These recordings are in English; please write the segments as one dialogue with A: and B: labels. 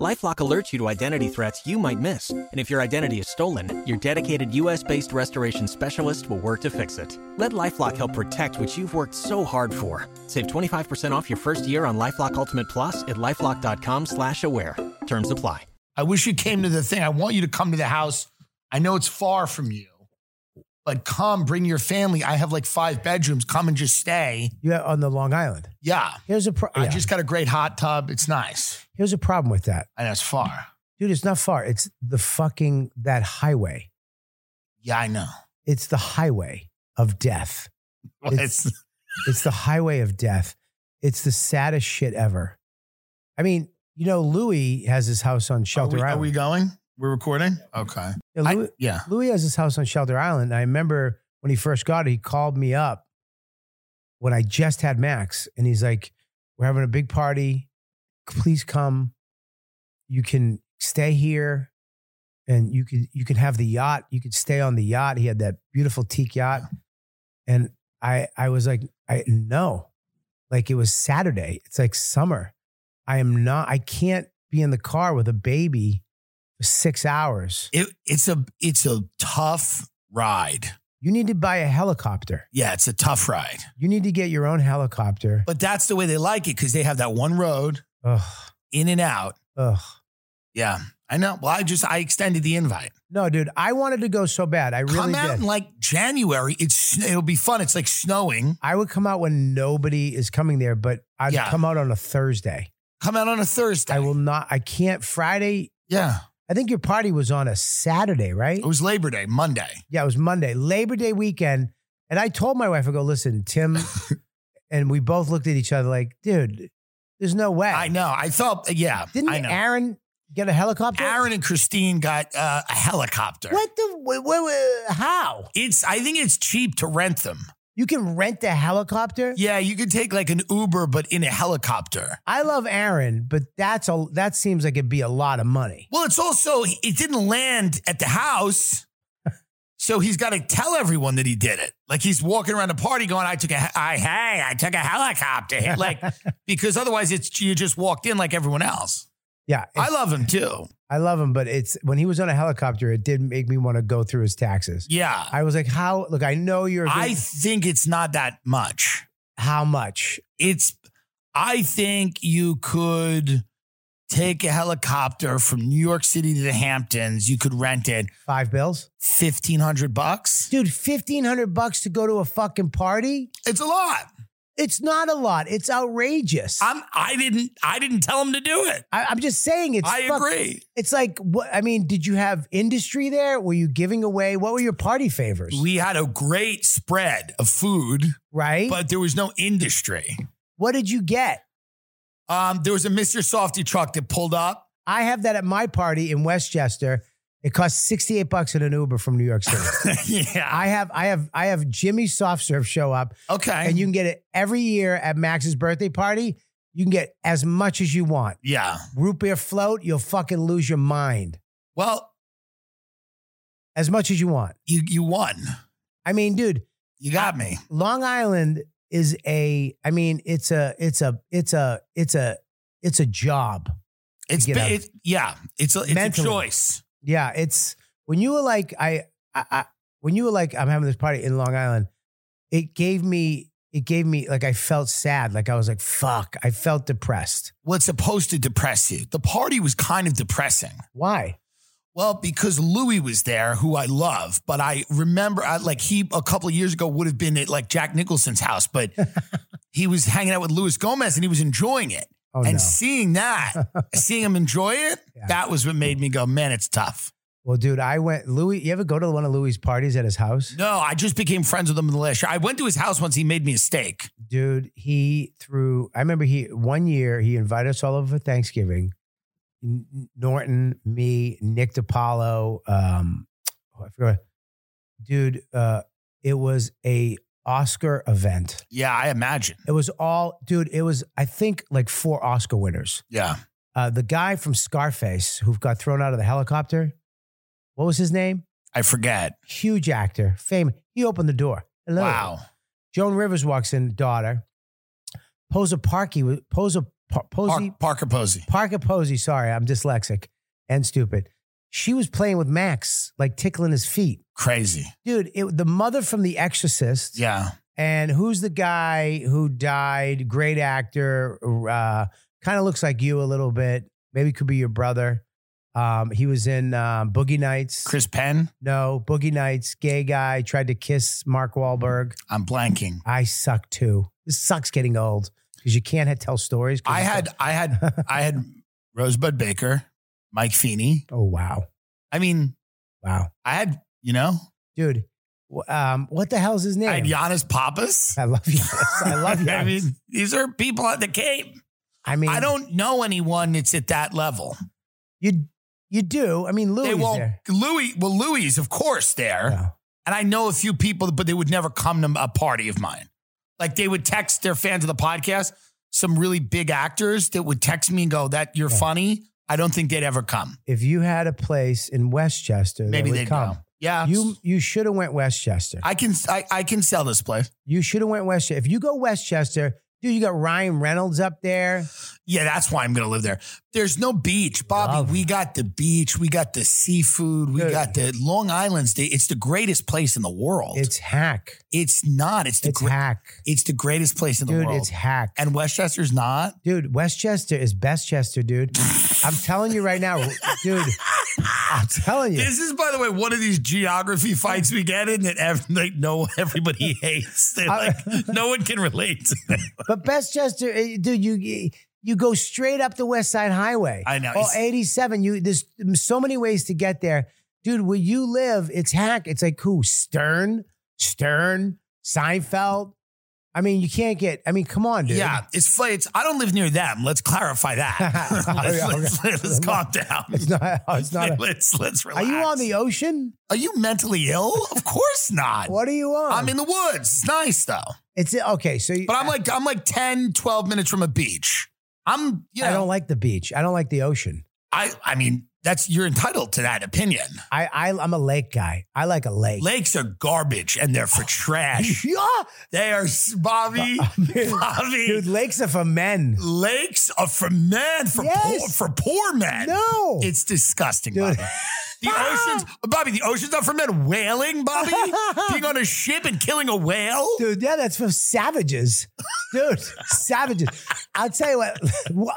A: Lifelock alerts you to identity threats you might miss. And if your identity is stolen, your dedicated US based restoration specialist will work to fix it. Let Lifelock help protect what you've worked so hard for. Save 25% off your first year on Lifelock Ultimate Plus at lifelock.com slash aware. Terms apply.
B: I wish you came to the thing. I want you to come to the house. I know it's far from you, but come bring your family. I have like five bedrooms. Come and just stay.
C: You have, on the Long Island.
B: Yeah.
C: Here's a pro-
B: I
C: yeah.
B: just got a great hot tub. It's nice.
C: here's a problem with that,
B: I know it's far.
C: dude. It's not far. It's the fucking that highway.
B: Yeah, I know.
C: It's the highway of death.
B: Well,
C: It's-
B: it's-
C: It's the highway of death. It's the saddest shit ever. I mean, you know, Louis has his house on
B: are,
C: Shelter
B: we, are
C: Island.
B: we going? We're recording? Okay.
C: Yeah,
B: I-
C: Louis,
B: yeah.
C: Louis has his house on Shelter Island. And I remember when he first got it, he called me up when I just had Max, and he's like, "We're having a big party. Please come. You can stay here, and you can you can have the yacht. You could stay on the yacht. He had that beautiful teak yacht, and I I was like, I no, like it was Saturday. It's like summer. I am not. I can't be in the car with a baby for six hours."
B: It, it's a it's a tough ride.
C: You need to buy a helicopter.
B: Yeah, it's a tough ride.
C: You need to get your own helicopter.
B: But that's the way they like it because they have that one road
C: Ugh,
B: in and out.
C: ugh.
B: Yeah, I know. Well, I just I extended the invite.
C: No, dude, I wanted to go so bad. I really
B: Come out
C: did.
B: in like January. It's it'll be fun. It's like snowing.
C: I would come out when nobody is coming there, but I'd
B: Yeah.
C: come out on a Thursday.
B: Come out on a Thursday.
C: I will not. I can't. Friday.
B: Yeah,
C: I think your party was on a Saturday, right?
B: it was Labor Day, Monday.
C: Yeah, it was Monday, Labor Day weekend. And I told my wife, I go, listen, Tim, and we both looked at each other like, dude, there's no way.
B: I know. I felt. Yeah,
C: Didn't
B: I know.
C: Aaron get a helicopter?
B: Aaron and Christine got uh, a helicopter.
C: What the? wh- wh- wh- how?
B: It's. I think it's cheap to rent them.
C: You can rent a helicopter.
B: Yeah, you could take like an Uber, but in a helicopter.
C: I love Aaron, but that's a that seems like it'd be a lot of money.
B: Well, it's also it didn't land at the house, so he's got to tell everyone that he did it. Like he's walking around the party going, "I took a, he- I hey, I took a helicopter," hit." like because otherwise it's you just walked in like everyone else.
C: Yeah,
B: I love him too.
C: I love him, but it's when he was on a helicopter, it did make me want to go through his taxes.
B: Yeah,
C: I was like, how? Look, I know you're.
B: I think it's not that much.
C: how much?
B: It's I think you could take a helicopter from New York City to the Hamptons. You could rent it
C: Five bills,
B: fifteen hundred bucks.
C: dude. Fifteen hundred bucks to go to a fucking party?
B: It's a lot.
C: It's not a lot. It's outrageous.
B: I'm I didn't I didn't tell him to do it.
C: I, I'm just saying it's.
B: I
C: fuck-
B: agree.
C: It's like what? I mean, did you have industry there? Were you giving away? What were your party favors?
B: We had a great spread of food,
C: right?
B: but there was no industry.
C: what did you get?
B: Um, there was a Mr. Softy truck that pulled up.
C: I have that at my party in Westchester. It costs 68 bucks in an Uber from New York City.
B: yeah.
C: I have I have I have Jimmy Soft Serve show up
B: Okay.
C: and you can get it every year at Max's birthday party. You can get as much as you want.
B: yeah.
C: Root beer float, you'll fucking lose your mind.
B: Well,
C: As much as you want.
B: you you won.
C: I mean, dude,
B: You got me.
C: Long Island is a I mean, it's a it's a it's a it's a it's a job.
B: It's
C: get
B: ba-
C: out.
B: it, yeah. It's a, it's a
C: Mentally.
B: choice.
C: Yeah, it's when you were like I, I, I when you were like I'm having this party in Long Island, it gave me it gave me like I felt sad, like I was like fuck, I felt depressed.
B: Well, it's supposed to depress you. The party was kind of depressing.
C: Why?
B: Well, because Louis was there, who I love, but I remember, I, like, he a couple of years ago would have been at like Jack Nicholson's house, but he was hanging out with Luis Gomez and he was enjoying it.
C: Oh
B: and
C: no.
B: seeing that, seeing him enjoy it,
C: Yeah.
B: that was what made me go, man, it's tough.
C: Well, dude, I went Louis. You ever go to one of Louis' parties at his house?
B: No, I just became friends with him in the last year. I went to his house once he made me a steak.
C: Dude, he threw. I remember he one year he invited us all over for Thanksgiving. N- N- Norton, me, Nick DiPaolo, um, oh, I forgot. Dude, uh, it was a Oscar event.
B: Yeah, I imagine.
C: It was all, dude. It was, I think, like four Oscar winners.
B: Yeah.
C: Uh, Uh, the guy from Scarface who got thrown out of the helicopter. What was his name?
B: I forget.
C: Huge actor, famous. He opened the door. Hello.
B: Wow.
C: Joan Rivers walks in, daughter. Posa Parky, Posa Pa- Posey,
B: Park, Parker Posey.
C: Parker Posey. Sorry, I'm dyslexic and stupid. She was playing with Max, like tickling his feet,
B: Crazy.
C: dude. It, the mother from The Exorcist.
B: Yeah.
C: And who's the guy who died? Great actor. Uh, kind of looks like you a little bit. Maybe could be your brother. Um, he was in um, Boogie Nights.
B: Chris Penn.
C: no, Boogie Nights. Gay guy tried to kiss Mark Wahlberg.
B: I'm blanking.
C: I suck too. This sucks getting old because you can't tell stories. 'cause
B: I
C: it's
B: had
C: like-
B: I had I had Rosebud Baker, Mike Feeney.
C: oh wow,
B: I mean,
C: wow,
B: I had you know,
C: dude. wh- Um, what the hell's his name?
B: I had Giannis Pappas.
C: I love you. I love you.
B: I mean, these are people at the Cape.
C: I mean,
B: I don't know anyone that's at that level.
C: You you do. I mean, Louis.
B: they won't.
C: there.
B: Louis, well, Louis is of course there,
C: No.
B: and I know a few people, but they would never come to a party of mine. Like they would text their fans of the podcast. Some really big actors that would text me and go, "That you're
C: Yeah.
B: funny." I don't think they'd ever come.
C: If you had a place in Westchester, that
B: Maybe
C: would
B: they'd
C: come.
B: come. Yeah,
C: You you should have went Westchester.
B: I can I, I can sell this place.
C: you should have went Westchester. If you go Westchester, dude, you got Ryan Reynolds up there.
B: Yeah, that's why I'm gonna live there. There's no beach, Bobby.
C: Love.
B: We got the beach. We got the seafood. We
C: Good.
B: got the Long Island's. The, it's the greatest place in the world. It's,
C: It's hack.
B: not. It's the
C: It's
B: great.
C: hack,
B: it's the greatest place in the
C: dude.
B: world.
C: It's hack.
B: and Westchester's not.
C: dude, Westchester is Bestchester, dude. I'm telling you right now, dude. I'm telling you.
B: This is, by the way, one of these geography fights we get in that ev- like, no everybody hates. They're
C: I-
B: like no one can relate. to that.
C: But Bestchester, eh, dude, you you go straight up the West Side Highway.
B: I know.
C: Oh,
B: It's-
C: 87. You there's so many ways to get there. Dude, where you live, it's hack. It's like who? Stern, Stern, Seinfeld. I mean, you can't get, I mean, come on, dude.
B: yeah, it's fla- it's. I don't live near them. Let's clarify
C: Oh,
B: that. let's, let's, let's calm down.
C: It's not, it's not a,
B: let's let's
C: are
B: relax.
C: you on the ocean?
B: Are you mentally ill? Of course not.
C: What are you on?
B: I'm in the woods. It's nice though.
C: it's okay. So you,
B: But I'm like I'm like 10, 12 minutes from a beach. I'm you know
C: I don't like the beach. I don't like the ocean.
B: I I mean that's you're entitled to that opinion.
C: I, I I'm a lake guy. I like a lake.
B: Lakes are garbage and they're for trash.
C: yeah.
B: They are s- Bobby, Bobby.
C: Dude, lakes are for men.
B: Lakes are for men, for poor,
C: Yes.
B: for poor men.
C: No.
B: It's disgusting,
C: Dude.
B: Bobby. The oceans, Bobby. The oceans are for men. Whaling, Bobby. Being on a ship and killing a whale.
C: Dude, yeah, that's for savages. Dude, savages. I'll tell you what,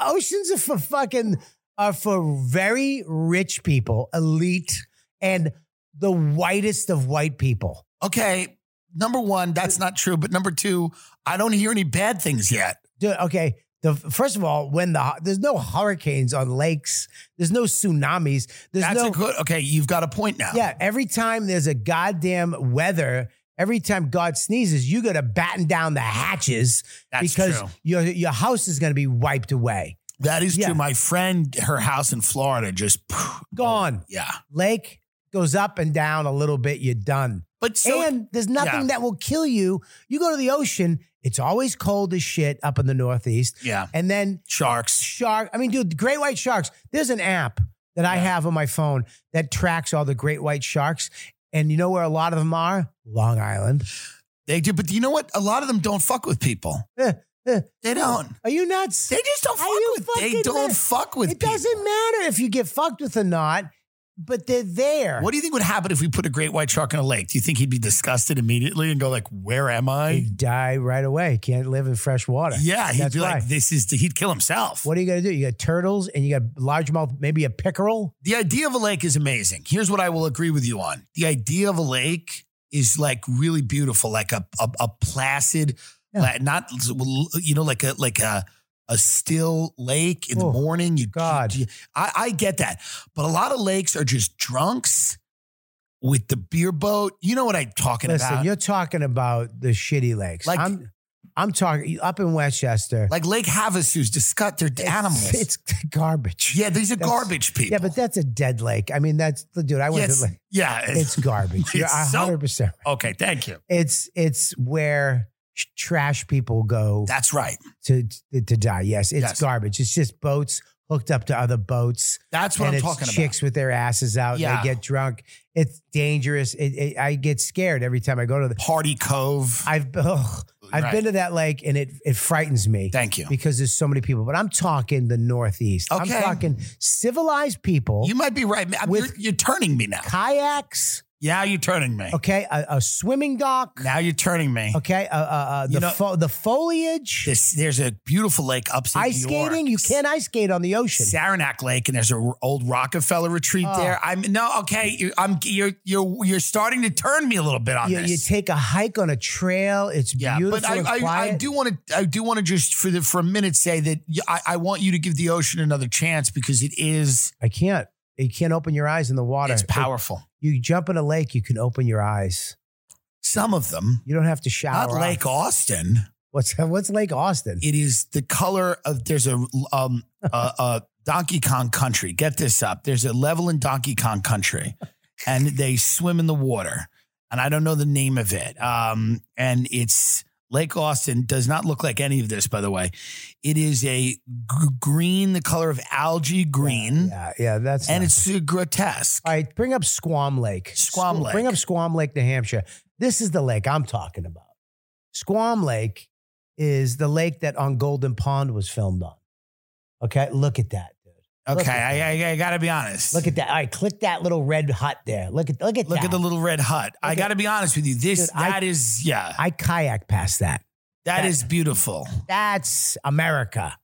C: oceans are for fucking are for very rich people, elite, and the whitest of white people.
B: okay, number one, that's not true. But number two, I don't hear any bad things yet.
C: Dude, okay. The first of all, when the there's no hurricanes on lakes, there's no tsunamis, there's
B: That's
C: no
B: a good. Okay, you've got a point now.
C: Yeah, every time there's a goddamn weather, every time God sneezes, you gotta batten down the hatches
B: That's
C: because
B: true.
C: your your house is gonna be wiped away.
B: that is
C: Yeah.
B: true. My friend, her house in Florida, just phew,
C: Gone.
B: yeah.
C: lake goes up and down a little bit, you're done.
B: But so
C: and there's nothing
B: yeah.
C: that will kill you. You go to the ocean, it's always cold as shit up in the Northeast.
B: yeah,
C: And then
B: sharks.
C: shark, I mean, dude, the great white sharks, there's an app that I
B: Yeah.
C: have on my phone that tracks all the great white sharks. And you know where a lot of them are? Long Island.
B: They do, but you know what? A lot of them don't fuck with people.
C: Eh, eh.
B: They don't.
C: Are you nuts?
B: They just don't
C: Are
B: fuck
C: you
B: with. They
C: fucking
B: don't
C: mad?
B: fuck with.
C: it doesn't
B: people.
C: matter if you get fucked with or not, but they're there.
B: What do you think would happen if we put a great white shark in a lake? Do you think he'd be disgusted immediately and go like, "Where am
C: you
B: I?"
C: die right away. Can't live in fresh water.
B: Yeah, he'd
C: That's
B: be
C: why.
B: like, "This is." The, he'd kill himself.
C: What are you gonna do? You got turtles and you got largemouth, maybe a pickerel.
B: the idea of a lake is amazing. Here's what I will agree with you on. The idea of a lake is like really beautiful, like a a, a placid,
C: Yeah.
B: like, not you know, like a like a a still lake in the
C: Oh,
B: morning. You,
C: God.
B: you- I, I get that, but a lot of lakes are just drunks with the beer boat. You know what I'm talking
C: Listen,
B: about?
C: you're talking about the shitty lakes.
B: Like-
C: I'm, I'm talking up in Westchester.
B: Like Lake Havasus, disgust. They're animals.
C: It's, garbage.
B: yeah, these are
C: That's-
B: garbage people.
C: Yeah, but that's a dead lake. I mean, that's dude. I went
B: Yes.
C: to. Like,
B: yeah.
C: it's garbage. You're
B: It's so-
C: 100. percent
B: okay, thank you.
C: It's it's where sh- trash people go
B: That's right.
C: to, to to die. Yes, it's
B: Yes.
C: garbage. It's just boats hooked up to other boats.
B: That's what
C: and
B: I'm
C: it's
B: talking
C: chicks with their asses out.
B: Yeah.
C: And they get drunk. It's dangerous. It, it, I get scared every time I go to the.
B: about. Party Cove.
C: I've ugh, I've
B: Right.
C: been to that lake and it it frightens me
B: Thank you.
C: because there's so many people. But I'm talking the Northeast.
B: Okay.
C: I'm talking civilized people,
B: You might be right. I'm-
C: With-
B: you're, you're turning me now.
C: kayaks.
B: Yeah, you're turning me.
C: Okay, a, a swimming dock.
B: Now you're turning me.
C: Okay, uh, uh, uh, the
B: You know-
C: fo- the foliage,
B: This, there's a beautiful lake upstate
C: ice
B: New York.
C: skating. You can't ice skate on the ocean.
B: Saranac Lake, and there's an old Rockefeller retreat
C: Oh.
B: there. I'm no okay. You, I'm you're you're you're starting to turn me a little bit on
C: You,
B: this.
C: you take a hike on a trail. It's
B: yeah,
C: beautiful
B: but I,
C: and
B: I, I
C: quiet.
B: do want to I do want to just for the for a minute say that y- I, I want you to give the ocean another chance because it is
C: I can't. You can't open your eyes in the water.
B: it's
C: If
B: powerful.
C: you jump in a lake, you can open your eyes.
B: Some of them,
C: You don't have to shower.
B: not
C: up.
B: Lake Austin.
C: What's what's Lake Austin?
B: It is the color of there's a um uh, uh Donkey Kong Country. Get this up. There's a level in Donkey Kong Country, and they swim in the water, and I don't know the name of it. Um, and it's Lake Austin does not look like any of this, by the way. It is a g- green, the color of algae green,
C: Yeah, yeah, that's
B: and
C: not-
B: it's uh, grotesque.
C: All right, bring up Squam Lake.
B: Squam
C: Squ-
B: Lake.
C: Bring up Squam Lake, New Hampshire. This is the lake I'm talking about. Squam Lake is the lake that On Golden Pond was filmed on. Okay, look at that, dude. Look
B: Okay,
C: at
B: I, I, I gotta be honest.
C: Look at that. All right, click that little red hut there. Look at look at
B: Look
C: that.
B: at the little red hut. I
C: at-
B: gotta be honest with you. This
C: Dude, I-
B: that is yeah,
C: I kayak past that.
B: that
C: that-
B: is beautiful.
C: That's America.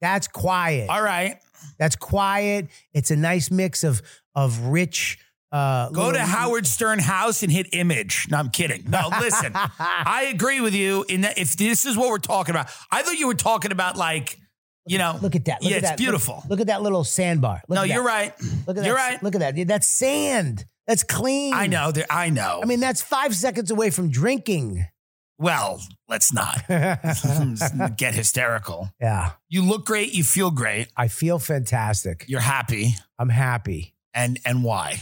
C: That's quiet.
B: All right.
C: That's quiet. It's a nice mix of of rich. Uh,
B: Go to
C: little-
B: Howard Stern house and hit image. No, I'm kidding. No, listen. I agree with you in that if this is what we're talking about. I thought you were talking about like, you know,
C: Look at that. Look
B: yeah,
C: at
B: it's
C: that. Look-
B: beautiful.
C: Look, at that little sandbar. Look
B: no,
C: at that.
B: you're right.
C: Look at
B: You're
C: that.
B: right.
C: Look at that. dude. That's sand. That's clean.
B: I know that I know.
C: I mean, that's five seconds away from drinking.
B: well, let's not
C: yeah.
B: get hysterical. You look great, you feel great,
C: I feel fantastic.
B: you're happy,
C: I'm happy.
B: and and why?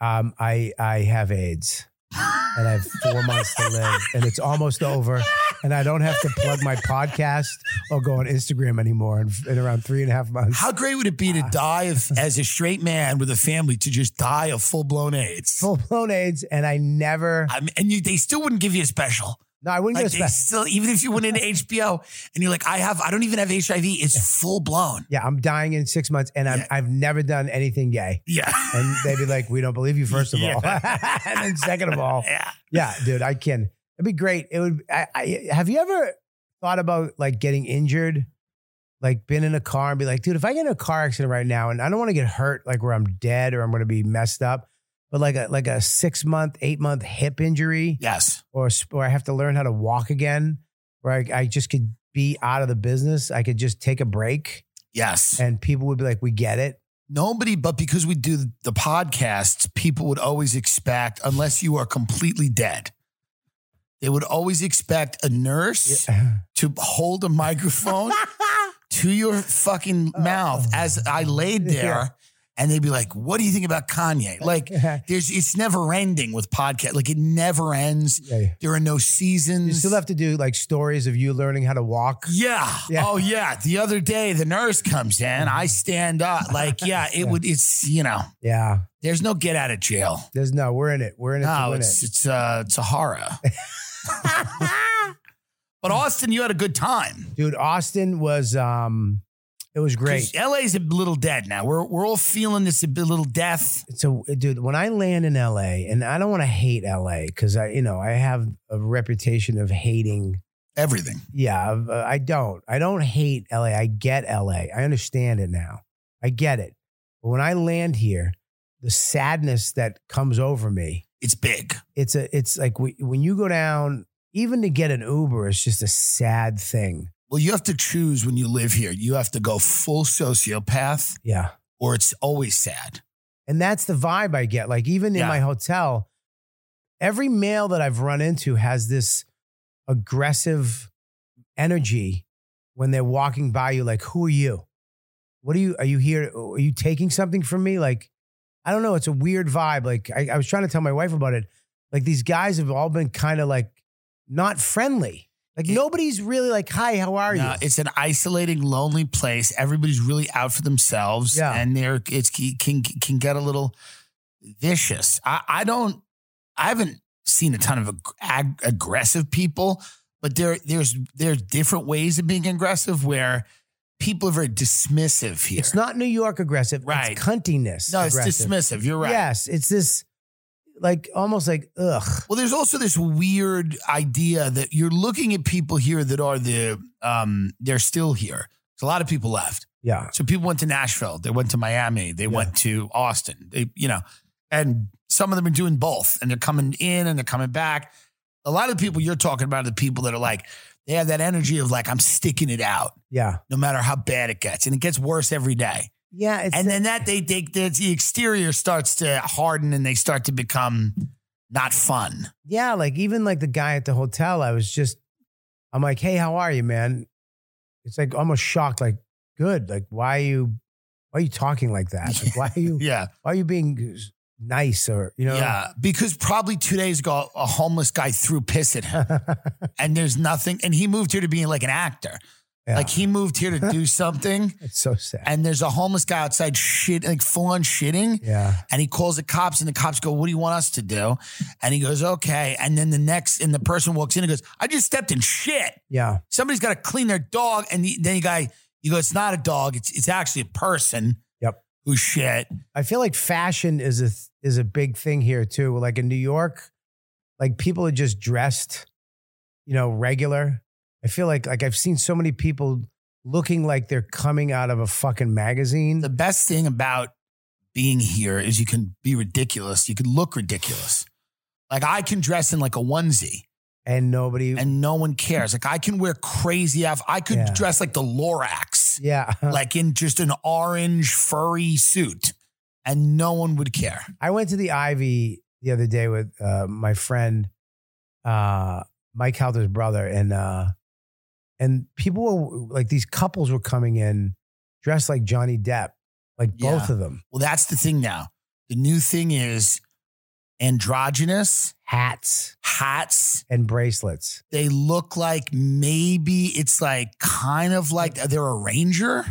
C: Um, I I have AIDS and I have four months to live and it's almost over. And I don't have to plug my podcast or go on Instagram anymore in, in around three and a half months.
B: How great would it be to
C: Ah.
B: die of, as a straight man with a family to just die of full blown AIDS?
C: Full blown AIDS, and I never.
B: I mean, and you, they still wouldn't give you a special.
C: No, I wouldn't
B: Like
C: get a
B: they
C: special.
B: still, even if you went into HBO and you're like, I have, I don't even have HIV. It's full blown.
C: Yeah, I'm dying in six months, and I'm,
B: Yeah.
C: I've never done anything gay.
B: Yeah.
C: And they'd be like, "We don't believe you." First of all,
B: Yeah.
C: and then second of all,
B: yeah.
C: yeah, dude, I can. It'd be great. It would. I, I have you ever thought about like getting injured, like been in a car and be like, dude, if I get in a car accident right now, and I don't want to get hurt, like where I'm dead or I'm going to be messed up, but like a like a six month, eight month hip injury,
B: Yes.
C: or sp- or I have to learn how to walk again, where I, I just could be out of the business. I could just take a break,
B: Yes.
C: and people would be like, we get it.
B: Nobody, but because we do the podcasts, people would always expect, unless you are completely dead, they would always expect a nurse to hold a microphone to your fucking mouth as I laid there.
C: Oh. Yeah.
B: And they'd be like, what do you think about Kanye? Like,
C: Yeah.
B: there's, it's never ending with podcast. Like, it never ends. There are no seasons.
C: You still have to do like stories of you learning how to walk.
B: Yeah.
C: Yeah.
B: Oh yeah. The other day the nurse comes in. I stand up. Like, yeah, it
C: Yeah.
B: would it's you know,
C: Yeah,
B: there's no get out of jail.
C: there's no, we're in it. We're in it. to
B: No,
C: win
B: it's
C: it.
B: it's uh it's a horror. but Austin, you had a good time.
C: dude. Austin was, um, it was
B: 'Cause
C: great.
B: LA's a little dead now. We're we're all feeling this a bit- little death.
C: So, dude, when I land in LA, and I don't want to hate LA because I, you know, I have a reputation of hating.
B: Everything.
C: Yeah, of- uh, I don't. I don't hate LA. I get LA. I understand it now. I get it. But when I land here, the sadness that comes over me
B: It's big.
C: it's a it's like we, when you go down even to get an uber it's just a sad thing
B: Well, you have to choose when you live here. You have to go full sociopath
C: yeah
B: or it's always sad.
C: and that's the vibe i get like even in
B: Yeah.
C: my hotel every male that i've run into has this aggressive energy when they're walking by you like who are you what are you are you here are you taking something from me like i don't know it's a weird vibe like i, I was trying to tell my wife about it like these guys have all been kind of like not friendly Like nobody's really like, hi, how are
B: No,
C: you?
B: it's an isolating, lonely place. Everybody's really out for themselves,
C: Yeah.
B: and there it's it can can get a little vicious. I, I don't, I haven't seen a ton of ag- ag- aggressive people, but there there's there's different ways of being aggressive where people are very dismissive here.
C: It's not New York aggressive.
B: Right.
C: It's cuntiness.
B: no, it's
C: aggressive.
B: dismissive. You're right.
C: Yes, it's this, like almost like ugh.
B: Well, there's also this weird idea that you're looking at people here that are the um they're still here. There's a lot of people left.
C: Yeah,
B: So people went to Nashville, they went to Miami, they
C: Yeah.
B: went to Austin, they, you know, and some of them are doing both and they're coming in and they're coming back. A lot of the people you're talking about are the people that are like, they have that energy of like, I'm sticking it out
C: yeah,
B: no matter how bad it gets. And it gets worse every day.
C: yeah. It's
B: and then that they take the, the exterior starts to harden and they start to become not fun.
C: Yeah, like even like the guy at the hotel, I was just, I'm like, hey, how are you, man? It's like almost shocked, like, good. Like, why are you, why are you talking like that? Like, why are you,
B: Yeah.
C: why are you being nice or you know?
B: Yeah. Because probably two days ago, a homeless guy threw piss at him and there's nothing. And he moved here to be like an actor.
C: Yeah.
B: Like he moved here to do something,
C: it's so sad.
B: and there's a homeless guy outside shit, like full on shitting,
C: yeah,
B: and he calls the cops, and the cops go, "What do you want us to do?" And he goes, "Okay." And then the next, and the person walks in and goes, "I just stepped in shit.
C: yeah,
B: Somebody's got to clean their dog." And the, then the guy, you go, "It's not a dog. It's it's actually a person."
C: Yep.
B: Who shit?
C: I feel like fashion is a is a big thing here too. Like in New York, like people are just dressed, you know, regular. I feel like like I've seen so many people looking like they're coming out of a fucking magazine.
B: The best thing about being here is you can be ridiculous. You can look ridiculous. Like I can dress in like a onesie.
C: and nobody
B: and no one cares. Like I can wear crazy off. I could
C: Yeah.
B: dress like the Lorax,
C: yeah
B: like in just an orange furry suit, and no one would care.
C: i went to the ivy the other day with uh, my friend uh, mike halter's brother and uh, and people were like these couples were coming in dressed like johnny depp like both
B: Yeah.
C: of them
B: Well, that's the thing now. The new thing is androgynous
C: hats
B: hats.
C: and bracelets
B: They look like maybe it's like kind of like they're a ranger,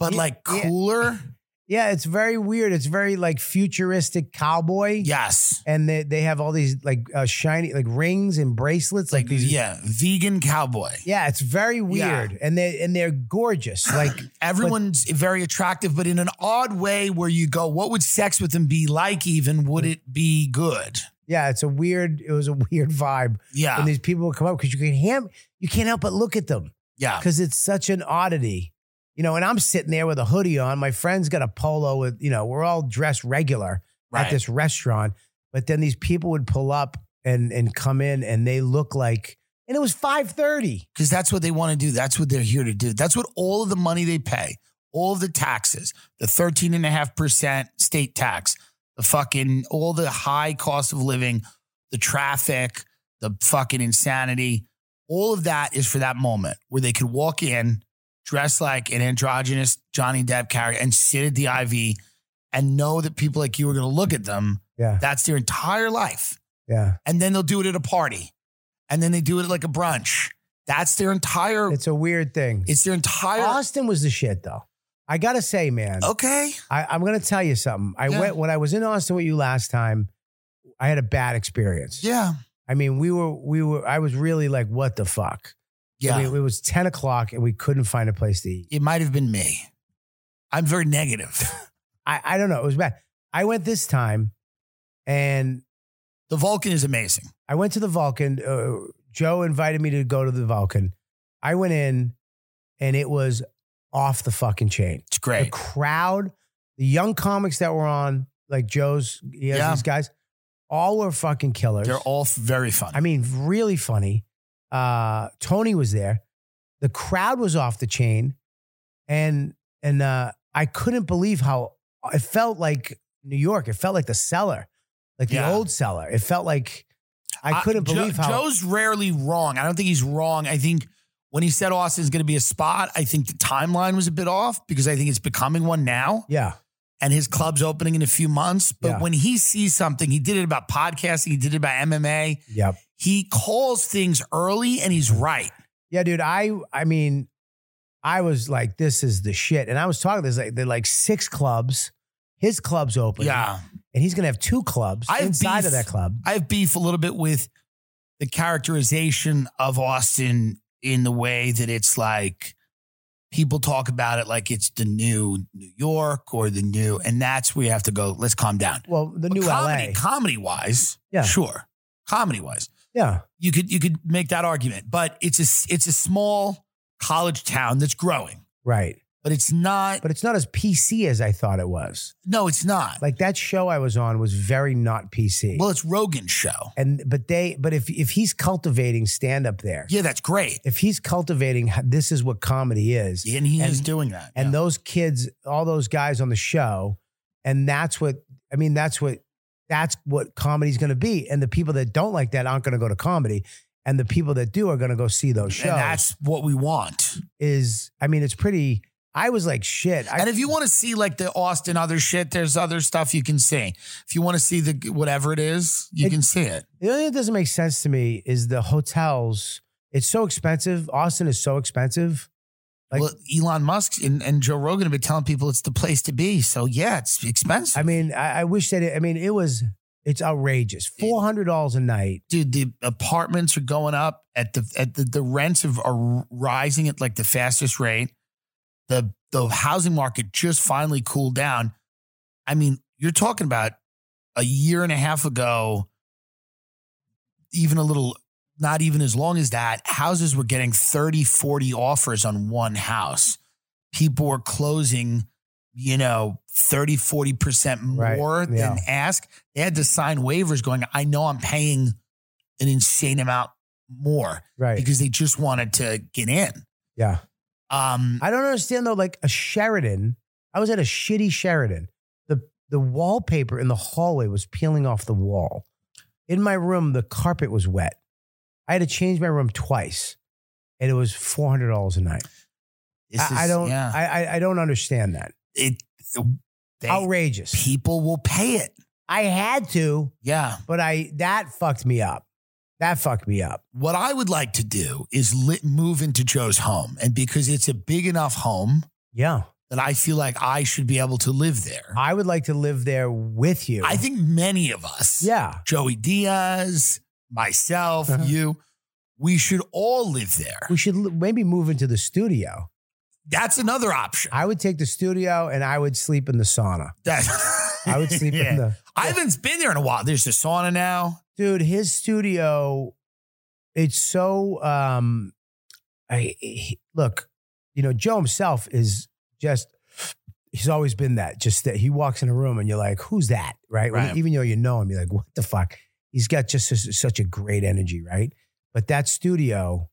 B: but
C: Yeah,
B: like
C: yeah.
B: cooler.
C: yeah it's very weird it's very like futuristic cowboy
B: Yes.
C: and they, they have all these like uh, shiny like rings and bracelets like,
B: Like,
C: these
B: yeah, vegan cowboy.
C: yeah it's very weird and they and they're gorgeous like
B: Everyone's very attractive, but in an odd way where you go, what would sex with them be like even? Would it be good?
C: Yeah, it's a weird. It was a weird vibe
B: Yeah.
C: when these people would come up because you can ham. You can't help but look at them
B: yeah.
C: because it's such an oddity, you know. And I'm sitting there with a hoodie on. My friend's got a polo with you know. We're all dressed regular
B: Right.
C: at this restaurant, but then these people would pull up and and come in, and they look like. And it was five thirty.
B: Because that's what they want to do. That's what they're here to do. That's what all of the money they pay, all of the taxes, the 13.5% state tax, the fucking, all the high cost of living, the traffic, the fucking insanity, all of that is for that moment where they could walk in, dress like an androgynous Johnny Depp character and sit at the IV and know that people like you are going to look at them.
C: Yeah,
B: That's their entire life
C: yeah.
B: and then they'll do it at a party, and then they do it at like a brunch. That's their entire. It's,
C: It's a weird thing.
B: their entire.
C: Austin was the shit, though. I gotta say, man.
B: Okay,
C: I, I'm going to tell you something. I
B: Oh. Yeah.
C: went when I was in Austin with you last time. I had a bad experience.
B: yeah,
C: I mean, we were we were. I was really like, what the fuck?
B: yeah.
C: I mean, it was ten o'clock and we couldn't find a place to eat.
B: it might have been me. I'm very negative.
C: I I don't know. It was bad. I went this time, and
B: the Vulcan is amazing.
C: I went to the Vulcan. Uh, Joe invited me to go to the Vulcan. I went in, and it was off the fucking chain.
B: It's
C: The
B: great.
C: crowd, the young comics that were on, like Joe's, he has
B: Yeah.
C: these guys, all were fucking killers.
B: They're all f- very fun.
C: I mean, really funny. Uh, Tony was there. The crowd was off the chain, and and uh, I couldn't believe how it felt like New York. It felt like the cellar, like
B: Yeah. Uh,
C: the old cellar. It felt like I couldn't
B: Jo-
C: believe how.
B: Joe's rarely wrong. I don't think he's wrong. I think when he said Austin's going to be a spot, I think the timeline was a bit off because I think it's becoming one now.
C: yeah,
B: and his club's opening in a few months. But
C: Yeah.
B: when he sees something, he did it about podcasting, he did it about MMA,
C: yep,
B: He calls things early and he's right.
C: Yeah, dude. I I mean, I was like, this is the shit. And I was talking. There's like there are like six clubs. His club's open.
B: Yeah.
C: and he's gonna have two clubs
B: I have
C: inside
B: beef.
C: of that club.
B: I have beef a little bit with the characterization of Austin in the way that it's like people talk about it like it's the new New York or the new, and that's where you have to go. Let's calm down.
C: Well, the new
B: comedy,
C: LA.
B: comedy wise,
C: Yeah.
B: sure, comedy wise,
C: Yeah,
B: you could you could make that argument, but it's a it's a small college town that's growing,
C: right.
B: but it's not.
C: But it's not as PC as I thought it was.
B: no, it's not.
C: Like that show I was on was very not PC.
B: well, it's Rogan's show.
C: and but they but if if he's cultivating stand up there,
B: Yeah, that's great,
C: if he's cultivating h- this is what comedy is,
B: and he
C: And-
B: is doing that.
C: and
B: yeah.
C: those kids, all those guys on the show, and that's what I mean. That's what that's what comedy's going to be. And the people that don't like that aren't going to go to comedy, and the people that do are going to go see those shows.
B: and that's what we want.
C: is I mean, it's pretty. I was like, shit. I,
B: and if you want to see like the Austin other shit, there's other stuff you can see. If you want to see the whatever it is, you
C: It-
B: can see it.
C: The only thing that doesn't make sense to me is the hotels. It's so expensive. Austin is so expensive. Like-
B: well, Elon Musk and, and Joe Rogan have been telling people it's the place to be. So yeah, it's expensive,
C: I mean, I, I wish that it, I mean, it was, it's outrageous. $400 a night.
B: dude. The apartments are going up at the at the, the rents have, are rising at like the fastest rate. The the housing market just finally cooled down. I mean, you're talking about a year and a half ago, even a little, not even as long as that, houses were getting 30, 40 offers on one house. People were closing, you know, 30, 40%
C: Right,
B: more
C: yeah.
B: than ask. They had to sign waivers going, I know I'm paying an insane amount more
C: Right.
B: because they just wanted to get in.
C: yeah.
B: Um,
C: I don't understand though, like a Sheridan, I was at a shitty Sheridan. The, the wallpaper in the hallway was peeling off the wall. In my room, the carpet was wet. I had to change my room twice and it was $400 a night.
B: this
C: I, I
B: is-
C: don't,
B: yeah.
C: I, I, I don't understand that.
B: it, they,
C: outrageous.
B: people will pay it.
C: I had to,
B: Yeah.
C: but I, that fucked me up. That fucked me up.
B: what I would like to do is lit, move into Joe's home. And because it's a big enough home
C: Yeah.
B: that I feel like I should be able to live there. I,
C: I would like to live there with you.
B: think many of us,
C: Yeah.
B: Joey Diaz, myself,
C: Uh-huh.
B: you, we should all live there.
C: We should l- maybe move into the studio.
B: That's another option.
C: I would take the studio and I would sleep in the sauna.
B: That,
C: I would sleep
B: Yeah.
C: in the.
B: I haven't been there in a while. There's a sauna now.
C: Dude, his studio, it's so. um I he- Look, you know, Joe himself is just. He's always been that, just that he walks in a room and you're like, who's that? Right? When-
B: Right.
C: even though you know him, you're like, what the fuck? He's got just su- such a great energy, right? But that studio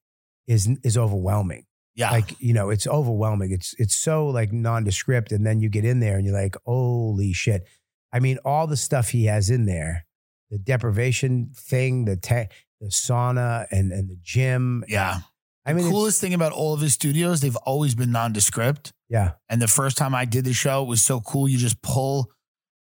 C: is is overwhelming.
B: Yeah.
C: like you know it's overwhelming it's it's so like nondescript and then you get in there and you're like holy shit i mean all the stuff he has in there the deprivation thing the ta- the sauna and and the gym
B: yeah.
C: i mean it's-
B: Coolest thing about all of his studios, they've always been nondescript.
C: yeah
B: And the first time I did the show, it was so cool. You just pull,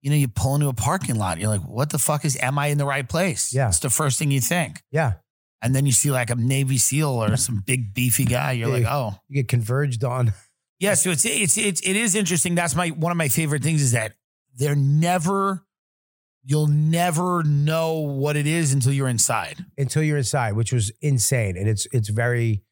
B: you know, you pull into a parking lot. You're like, what the fuck is, am I in the right place?
C: Yeah.
B: It's the first thing you think.
C: yeah
B: And then you see like a Navy SEAL or some big beefy guy. You're like,
C: Yeah.
B: oh.
C: you get converged on
B: Yeah. So it's, it's, it's, it is interesting. That's my, one of my favorite things is that they're never, you'll never know what it is until you're inside.
C: until you're inside which was insane and it's it's very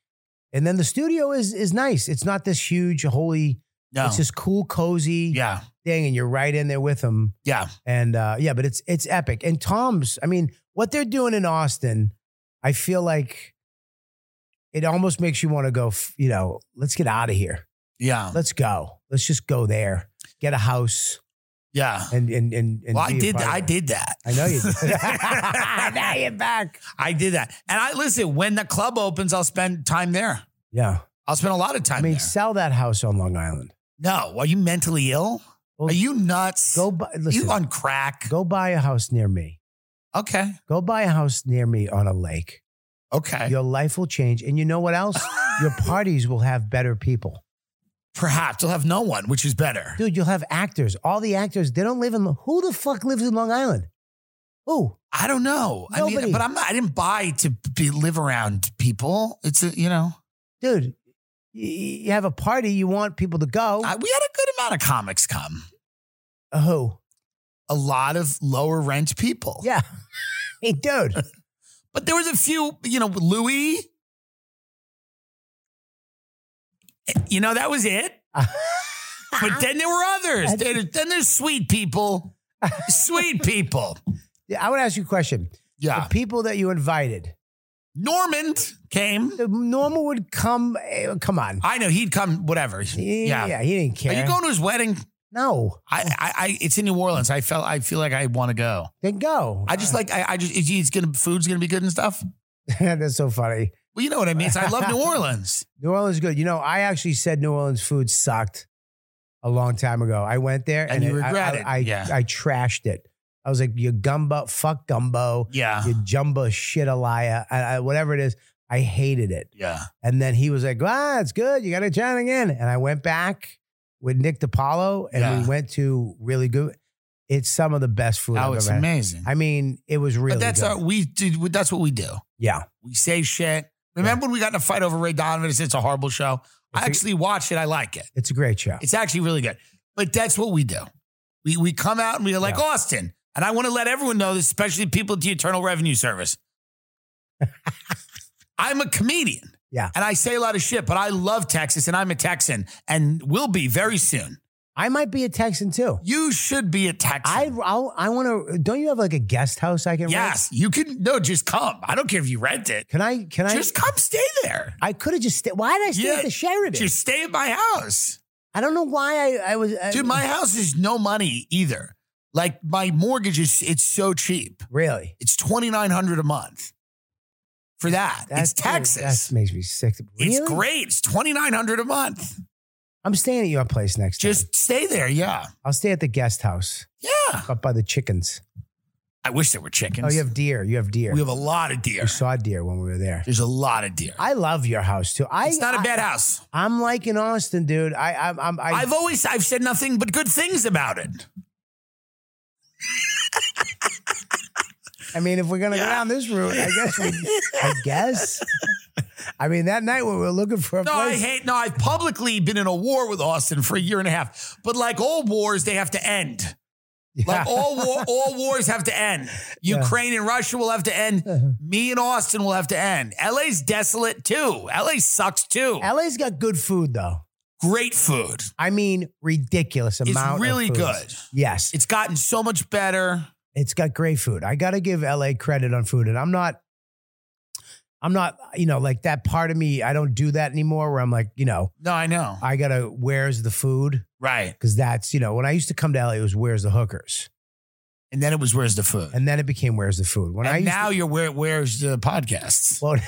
C: and then the studio is is nice it's not this huge holy
B: No.
C: it's this cool cozy
B: yeah.
C: thing and you're right in there with them
B: Yeah.
C: And uh, yeah, but it's it's epic. And Tom's, I mean, what they're doing in Austin, I feel like it almost makes you want to go. f- You know, let's get out of here.
B: Yeah.
C: Let's go. Let's just go there, get a house,
B: Yeah.
C: and and and. and
B: Well, I
C: be a
B: did.
C: part of
B: I
C: it.
B: did that.
C: I know you. Did. now you're back.
B: I did that. And I listen, when the club opens, I'll spend time there.
C: Yeah,
B: I'll spend a lot of time
C: I mean,
B: there.
C: sell that house on Long Island.
B: No, are you mentally ill?
C: Well,
B: are you nuts?
C: Go buy. Listen,
B: you on crack?
C: go buy a house near me.
B: okay,
C: Go buy a house near me on a lake.
B: okay.
C: Your life will change, and you know what else? Your parties will have better people.
B: Perhaps you'll have no one, which is better.
C: Dude, you'll have actors. All the actors, they don't live in who the fuck lives in Long Island? Who?
B: I don't know. I
C: Nobody-
B: mean, but I'm not, I didn't buy to be live around people. It's a, you know,
C: dude. y- You have a party, you want people to go.
B: I, we had a good amount of comics come.
C: Uh, Who?
B: A lot of lower rent people.
C: Yeah. hey, dude.
B: But there was a few, you know, Louis. Eh, You know, that was it. But then there were others. There- then there's sweet people. Sweet people.
C: Yeah, I want to ask you a question. The
B: Yeah.
C: people that you invited,
B: Normand came.
C: the normal would come. eh, Come on.
B: I know he'd come, whatever.
C: Yeah,
B: Yeah.
C: he didn't
B: Are
C: care.
B: you going to his wedding?
C: No,
B: I, I, I it's in New Orleans. I felt I feel like I want to go.
C: then go.
B: I just like I, I just it's, it's gonna food's gonna be good and stuff.
C: That's so funny.
B: Well, you know what I mean. So I love New Orleans.
C: New Orleans is good. You know, I actually said New Orleans food sucked a long time ago. I went there
B: And you
C: I- I-
B: regret it.
C: I, I,
B: Yeah.
C: I trashed it. I was like, you gumbo, fuck gumbo,
B: Yeah,
C: you jumbo shit alaya, I, I, whatever it is. I hated it.
B: yeah.
C: And then he was like, ah, it's good. You got to try it again. And I went back with Nick DiPaolo and
B: Yeah.
C: we went to really good. It's some of the best food
B: Oh,
C: I've
B: it's
C: ever had.
B: amazing.
C: I mean, it was really
B: but that's
C: good.
B: our we do. That's what we do.
C: yeah.
B: We say shit. Remember when we got in a fight over Ray Donovan? It's, it's a horrible show. I
C: It's a-
B: actually watched it. I like it.
C: It's a great show.
B: It's actually really good. But that's what we do. We we come out and we are like
C: Yeah.
B: Austin. And I want to let everyone know, this, especially people at the Eternal Revenue Service. I'm a comedian.
C: Yeah.
B: And I say a lot of shit, but I love Texas and I'm a Texan and will be very soon.
C: I might be a Texan too.
B: You should be a Texan.
C: I I'll, I want to. Don't you have like a guest house I can rent?
B: yes, you can. No, just come. I don't care if you rent it.
C: Can I? Can I?
B: just come stay there.
C: I could have just. Stay, why did I stay
B: Yeah,
C: at the Sheridan?
B: Just stay at my house.
C: I don't know why I, I was. I,
B: Dude, my house is no money either. Like my mortgage is it's so cheap.
C: really.
B: It's twenty nine hundred a month for that. it's Texas.
C: That makes me sick. Really?
B: It's great. It's twenty nine hundred a month.
C: I'm staying at your place next. Just
B: Just stay there. Yeah,
C: I'll stay at the guest house
B: yeah.
C: up by the chickens.
B: I wish there were chickens.
C: Oh, you have deer. You have deer.
B: we have a lot of deer.
C: We saw deer when we were there.
B: There's a lot of deer.
C: I love your house too. I,
B: it's not a
C: I-
B: bad house.
C: I'm like in Austin, dude. I I'm, I'm I,
B: I, have always I've said nothing but good things about it.
C: I mean, if we're gonna go
B: Yeah.
C: down this route, I guess. We, I guess. I mean, that night when we were looking for a
B: No, I
C: place,
B: hate. No, I've publicly been in a war with Austin for a year and a half. But like all wars, they have to end. Like all war, all wars have to end.
C: Yeah.
B: Ukraine and Russia will have to end.
C: all.
B: Me and Austin will have to end. LA's desolate too. LA sucks too.
C: LA's got good food though.
B: Great food.
C: I mean, ridiculous
B: It's
C: amount. of
B: really
C: food.
B: good.
C: Yes,
B: It's gotten so much better.
C: it's got great food. I got to give LA credit on food, and I'm not, I'm not, you know, like that part of me. I don't do that anymore. Where I'm like, you know,
B: No, I know.
C: I gotta where's the food
B: Right.
C: because that's you know when I used to come to LA it was where's the hookers,
B: And then it was where's the food? And,
C: and then it became where's the food. When I used
B: now you're where where's the podcasts?
C: to,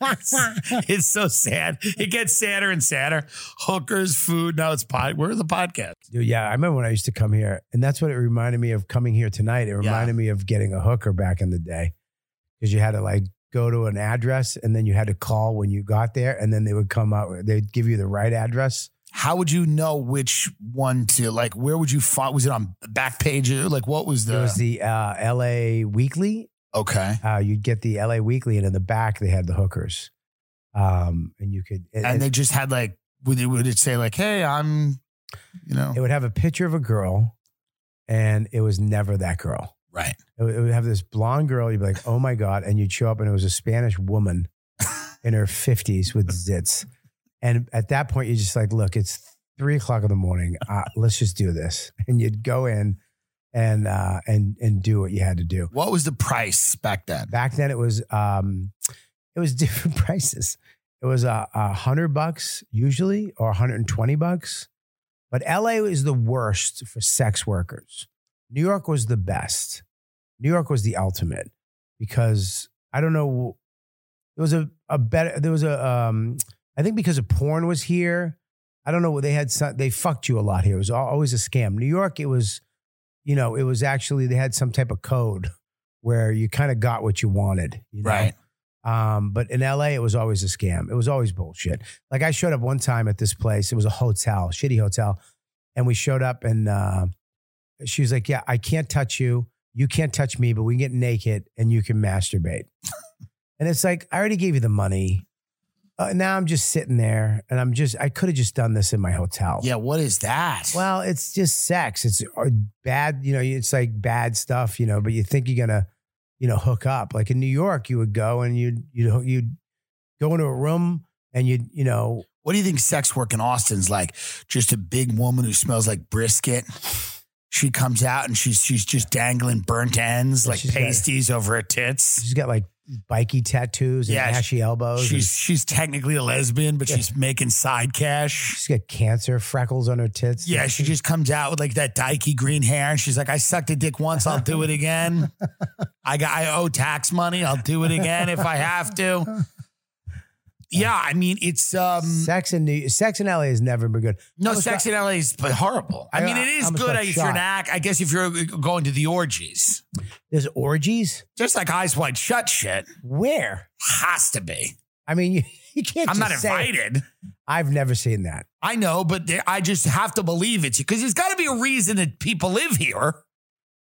C: well,
B: it's so sad. It gets sadder and sadder. Hookers, food. Now it's pod. Where are the podcasts?
C: Dude, yeah, I remember when I used to come here, and that's what it reminded me of coming here tonight. It reminded me of getting a hooker back in the day because you had to like go to an address and then you had to call when you got there, and then they would come out, they'd give you the right address.
B: How would you know which one to like? Where would you find? Was it on back page? Like what was the?
C: There was the uh, LA Weekly.
B: okay.
C: Uh, you'd get the LA Weekly, and in the back, they had the hookers. Um, and you could, and,
B: and they just had like would it, would it say like hey i'm you know
C: it would have a picture of a girl, and it was never that girl.
B: right
C: It would, it would have this blonde girl. You'd be like, oh my God. And you'd show up and it was a Spanish woman in her 50s with zits. And at that point, you're just like, look, it's three o'clock in the morning. Uh, let's just do this. And you'd go in and, uh, and, and do what you had to do.
B: what was the price back then
C: Back then it was, um, it was different prices. It was a uh, hundred bucks usually or 120 bucks. But LA is the worst for sex workers. New York was the best. New York was the ultimate because I don't know. There was a, a better, there was a, um, I think because of porn was here. I don't know what they had, some, they fucked you a lot here. It was al- always a scam. New York, it was, you know, it was actually, they had some type of code where you kind of got what you wanted, you know?
B: right
C: Um, but in LA, it was always a scam. It was always bullshit. Like I showed up one time at this place. It was a hotel, shitty hotel, and we showed up, and uh, she was like, "Yeah, I can't touch you. you can't touch me, but we can get naked and you can masturbate. and it's like, I already gave you the money. Uh, now I'm just sitting there and I'm just, I could have just done this in my hotel.
B: Yeah, what is that?
C: Well, it's just sex. It's uh, bad, you know, it's like bad stuff, you know, but you think you're going to, you know, hook up. Like in New York, you would go and you'd, you'd, you'd go into a room and you'd, you know,
B: what do you think sex work in Austin's like? Just a big woman who smells like brisket. She comes out and she's she's just dangling burnt ends
C: Yeah,
B: like
C: she's got-
B: pasties over her tits.
C: she's got like bikey tattoos and
B: Yeah,
C: ashy elbows. and
B: She's she's technically a lesbian, but she's making side cash.
C: she's got cancer, freckles on her tits.
B: Yeah, she just comes out with like that dykey green hair, and she's like, "I sucked a dick once, I'll do it again. I got I owe tax money, I'll do it again if I have to." Yeah, I mean it's um
C: sex in New, sex in LA has never been good. I
B: no
C: was
B: sex in LA is but horrible. I
C: I-
B: mean it
C: I
B: is
C: almost
B: good
C: got
B: if you're an
C: shot.
B: act. I guess if you're going to the orgies,
C: There's orgies.
B: just like eyes wide shut shit
C: Where?
B: has to be.
C: I mean, you, you can't.
B: I'm
C: just
B: not
C: say it.
B: invited.
C: I've never seen that.
B: I know, but there- I just have to believe it's because there's got to be a reason that people live here.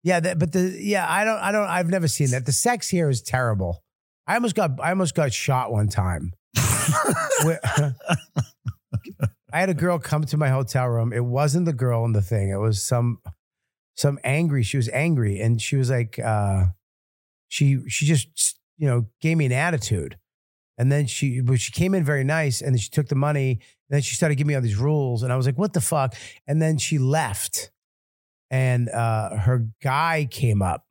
C: Yeah, that, but the yeah, I don't, I don't, I've never seen that. The sex here is terrible. I almost got, I almost got shot one time. Where- I had a girl come to my hotel room. It wasn't the girl in the thing. It was some, some angry. She was angry, and she was like, uh, she, she just, you know, gave me an attitude. And then she, but she came in very nice, and then she took the money. And then she started giving me all these rules, and I was like, "What the fuck?" And then she left, and uh, her guy came up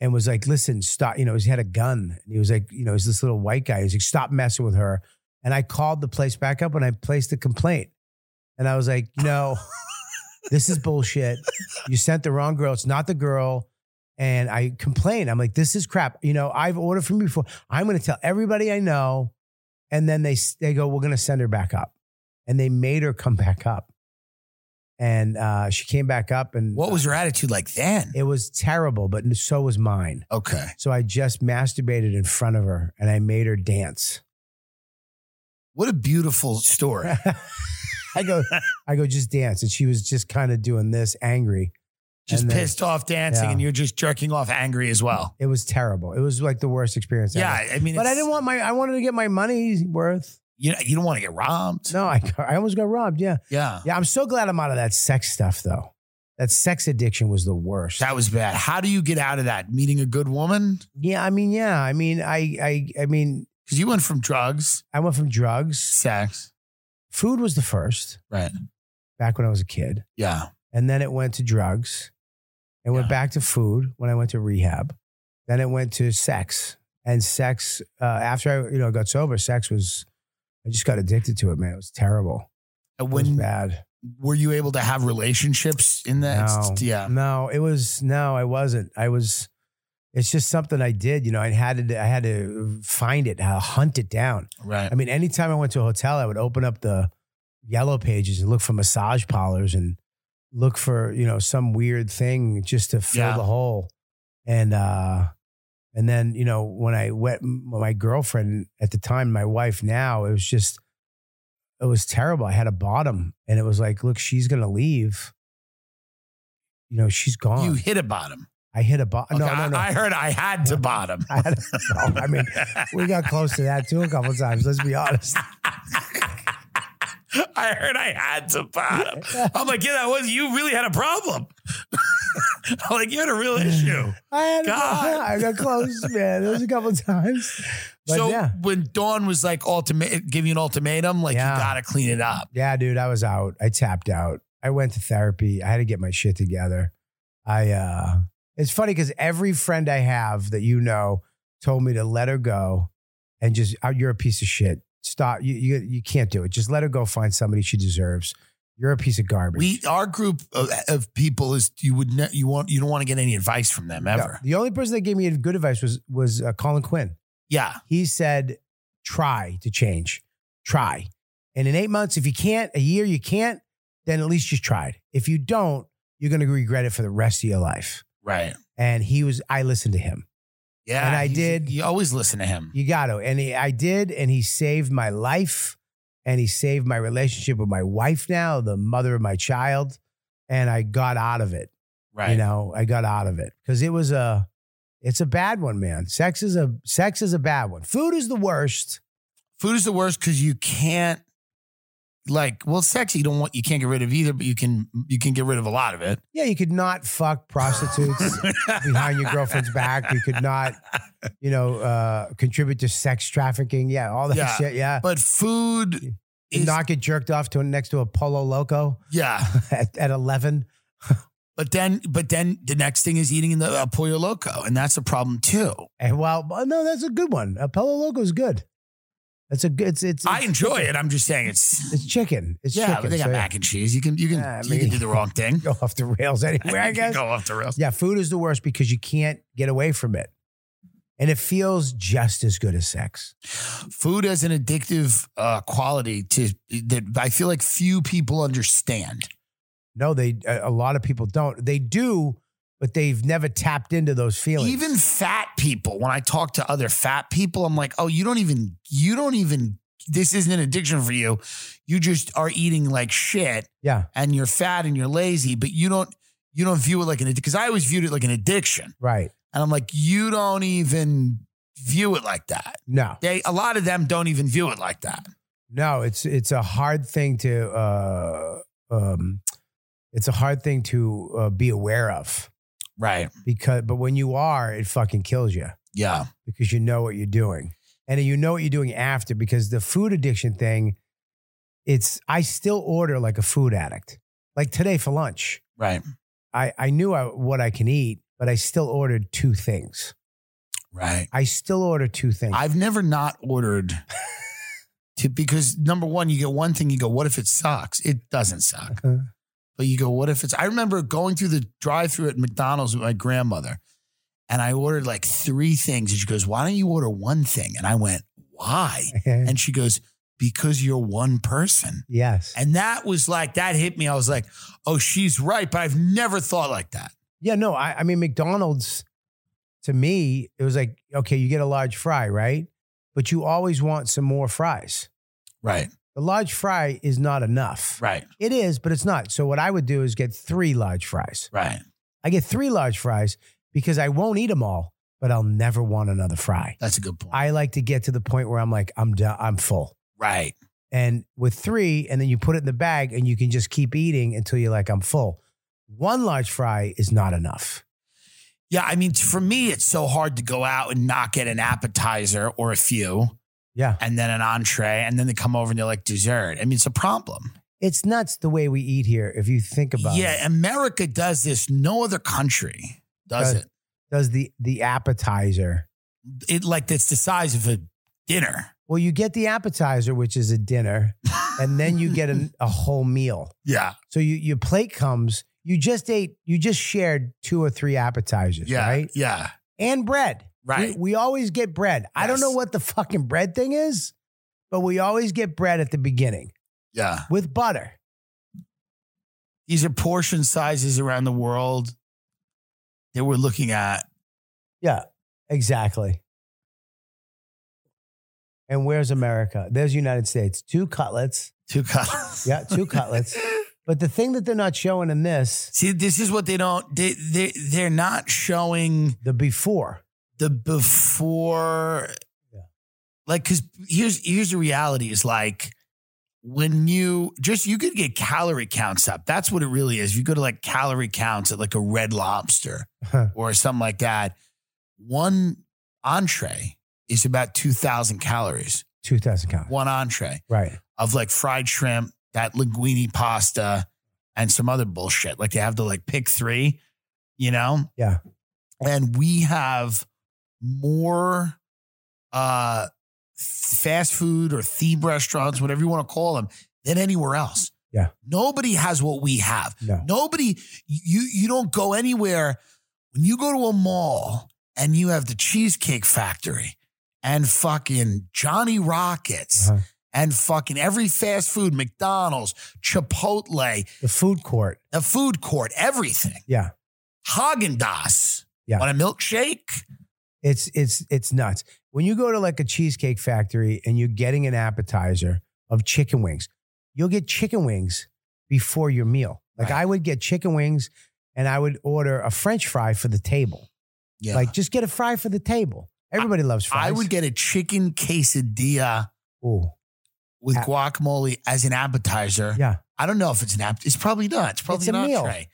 C: and was like, "Listen, stop!" You know, he had a gun, and he was like, "You know, he's this little white guy." He's like, "Stop messing with her." And I called the place back up, and I placed a complaint, and I was like, "You know, this is bullshit. You sent the wrong girl. It's not the girl." And I complained. I'm like, "This is crap." You know, I've ordered from you before. I'm going to tell everybody I know, and then they they go, "We're going to send her back up," and they made her come back up. And uh, she came back up, and
B: What was your attitude like then?
C: it was terrible, but so was mine.
B: Okay.
C: So I just masturbated in front of her and I made her dance.
B: What a beautiful story.
C: I go, I go, just dance. And she was just kind of doing this angry.
B: Just
C: And then-
B: pissed off dancing,
C: Yeah.
B: and you're just jerking off angry as well.
C: It was terrible. It was like the worst experience
B: Yeah,
C: ever.
B: I mean,
C: But I
B: it's-
C: didn't want my, I wanted to get my money's worth.
B: You know, you don't want to get robbed.
C: No, I, I almost got robbed. Yeah.
B: Yeah,
C: Yeah. I'm so glad I'm out of that sex stuff though. That sex addiction was the worst.
B: that was bad. How do you get out of that? Meeting a good woman
C: yeah. I mean, yeah. I mean, I, I, I mean,
B: because you went from drugs,
C: I went from drugs.
B: sex,
C: Food was the first
B: right?
C: back when I was a kid.
B: Yeah,
C: and then it went to drugs and went
B: Yeah.
C: back to food when I went to rehab. Then it went to sex and sex. Uh, after I you know got sober, sex was I just got addicted to it, man. It was terrible.
B: And
C: It was
B: when
C: bad.
B: were you able to have relationships in that?
C: No.
B: Yeah,
C: No, it was no, I wasn't. I was. It's just something I did. You know, I had to. I had to find it, uh, hunt it down.
B: right.
C: I mean, anytime I went to a hotel, I would open up the yellow pages and look for massage parlors and look for, you know, some weird thing just to fill
B: Yeah.
C: the hole. And uh and then, you know, when I went when my girlfriend at the time, my wife now, it was just it was terrible. I had a bottom and it was like, look, she's gonna leave. You know, she's gone.
B: You hit a bottom.
C: I hit a bottom.
B: Okay,
C: no, no, no.
B: I, I heard I had to bottom.
C: I had- no, I mean, we got close to that too a couple times, let's be honest.
B: I heard I had to bottom. I'm like, yeah, that was you really had a problem. I'm like, you had a real issue.
C: I had
B: God.
C: I got close, man. There was a couple times. But
B: so
C: yeah.
B: when Dawn was like ultimate give you an ultimatum, like
C: Yeah.
B: you gotta clean it up.
C: Yeah, dude, I was out. I tapped out. I went to therapy. I had to get my shit together. I uh it's funny because every friend I have that you know told me to let her go and just oh, you're a piece of shit. Stop. You, you you can't do it. Just let her go find somebody she deserves. You're a piece of garbage.
B: We our group of, of people is you would ne- you want you don't want to get any advice from them
C: No,
B: ever.
C: the only person that gave me good advice was was uh, Colin Quinn.
B: Yeah.
C: he said, try to change. Try. And in eight months, if you can't, a year you can't, then at least you tried. If you don't, you're going to regret it for the rest of your life.
B: Right.
C: And he was, I listened to him.
B: Yeah.
C: And I
B: he's-
C: did-
B: You always listen to him.
C: You got to. And he, I did. And he saved my life. And he saved my relationship with my wife now, the mother of my child. And I got out of it.
B: Right.
C: you know i got out of it because it was a it's a bad one man sex is a sex is a bad one food is the worst
B: Food is the worst because you can't like well sex you don't want you can't get rid of either, but you can you can get rid of a lot of it.
C: yeah you could not fuck prostitutes behind your girlfriend's back you could not you know uh contribute to sex trafficking yeah all that
B: Yeah.
C: shit yeah
B: But food is
C: not get jerked off to next to a polo loco
B: yeah.
C: at, at 11
B: But then but then the next thing is eating in the a pollo loco, and that's a problem too.
C: and well no that's a good one a polo loco is good that's a good it's it's,
B: I enjoy it. I'm just saying it's
C: it's chicken it's
B: yeah,
C: chicken
B: they got
C: so
B: mac and cheese. You can you can
C: Yeah, I
B: you can
C: mean-
B: do the wrong thing.
C: go off the rails anywhere i
B: You can
C: guess
B: go off the rails.
C: Yeah, food is the worst because you can't get away from it. And it feels just as good as sex.
B: Food has an addictive uh, quality to that I feel like few people understand.
C: No, they a a lot of people don't. They do, but they've never tapped into those feelings.
B: Even fat people, when I talk to other fat people, I'm like, oh, you don't even you don't even this isn't an addiction for you. You just are eating like shit
C: yeah,
B: and you're fat and you're lazy, but you don't you don't view it like an because I always viewed it like an addiction.
C: right.
B: And I'm like, you don't even view it like that.
C: No,
B: They a lot of them don't even view it like that.
C: no, it's it's a hard thing to uh, um, it's a hard thing to uh, be aware of
B: Right.
C: because. But when you are, it fucking kills you.
B: Yeah.
C: because you know what you're doing and you know what you're doing after because the food addiction thing it's i still order like a food addict like today for lunch
B: Right.
C: i, I knew I, what i can eat but i still ordered two things
B: Right.
C: i still order two things
B: I've never not ordered to because number one, you get one thing, you go, what if it sucks? It doesn't suck.
C: Uh-huh.
B: But you go, what if it's I remember going through the drive through at McDonald's with my grandmother and I ordered like three things. And she goes, Why don't you order one thing? And I went, Why? And she goes, Because you're one person.
C: yes
B: And that was like that hit me. I was like, oh, she's right, but I've never thought like that.
C: yeah no I, I mean mcdonald's to me it was like okay you get a large fry right but you always want some more fries
B: Right.
C: the large fry is not enough
B: Right.
C: it is but it's not so what i would do is get three large fries
B: Right.
C: I get three large fries because I won't eat them all, but I'll never want another fry.
B: That's a good point.
C: I like to get to the point where I'm like, I'm done, I'm full.
B: right.
C: And with three, and then you put it in the bag and you can just keep eating until you're like, I'm full. One large fry is not enough.
B: Yeah. I mean, for me, it's so hard to go out and not get an appetizer or a few
C: Yeah.
B: and then an entree. And then they come over and they're like, dessert. I mean, it's a problem.
C: It's nuts the way we eat here if you think about
B: yeah.
C: it.
B: America does this. No other country does
C: Does-
B: it.
C: Does the the appetizer.
B: It like it's the size of a dinner.
C: Well, you get the appetizer, which is a dinner, and then you get an, a whole meal.
B: Yeah.
C: So you, your plate comes, you just ate, you just shared two or three appetizers,
B: Yeah.
C: right?
B: Yeah.
C: And bread.
B: Right.
C: We, we always get bread. I don't
B: Yes.
C: know what the fucking bread thing is, but we always get bread at the beginning
B: yeah.
C: with butter.
B: these are portion sizes around the world that we're looking at.
C: Yeah, exactly. And where's America? There's United States. Two cutlets.
B: Two cutlets.
C: Yeah, two cutlets. But the thing that they're not showing in this,
B: See, this is what they don't. They they they're not showing
C: the before.
B: the before.
C: Yeah.
B: Like, cause here's here's the reality is like when you just you could get calorie counts up. That's what it really is. You go to like calorie counts at like a Red Lobster
C: Huh.
B: or something like that. One entree is about two thousand calories.
C: 2000 count.
B: One entree.
C: Right.
B: of like fried shrimp, that linguine pasta, and some other bullshit. Like they have to like pick three, you know?
C: Yeah.
B: And we have more uh fast food or theme restaurants, whatever you want to call them, than anywhere else.
C: Yeah.
B: Nobody has what we have.
C: No.
B: Nobody, you you don't go anywhere. When you go to a mall and you have the Cheesecake Factory and fucking Johnny Rockets
C: Uh-huh.
B: and fucking every fast food, McDonald's, Chipotle,
C: The food court.
B: the food court, everything.
C: Yeah.
B: Haagen Dazs.
C: Yeah.
B: Want a milkshake?
C: It's it's it's nuts. When you go to like a cheesecake factory and you're getting an appetizer of chicken wings, you'll get chicken wings before your meal. Like
B: Right.
C: I would get chicken wings and I would order a French fry for the table.
B: Yeah.
C: Like just get a fry for the table. Everybody loves fries.
B: I would get a chicken quesadilla
C: Ooh,
B: with
C: A-
B: guacamole as an appetizer.
C: yeah.
B: I don't know if it's an app. It's probably not. It's probably
C: It's a
B: an
C: meal.
B: entree.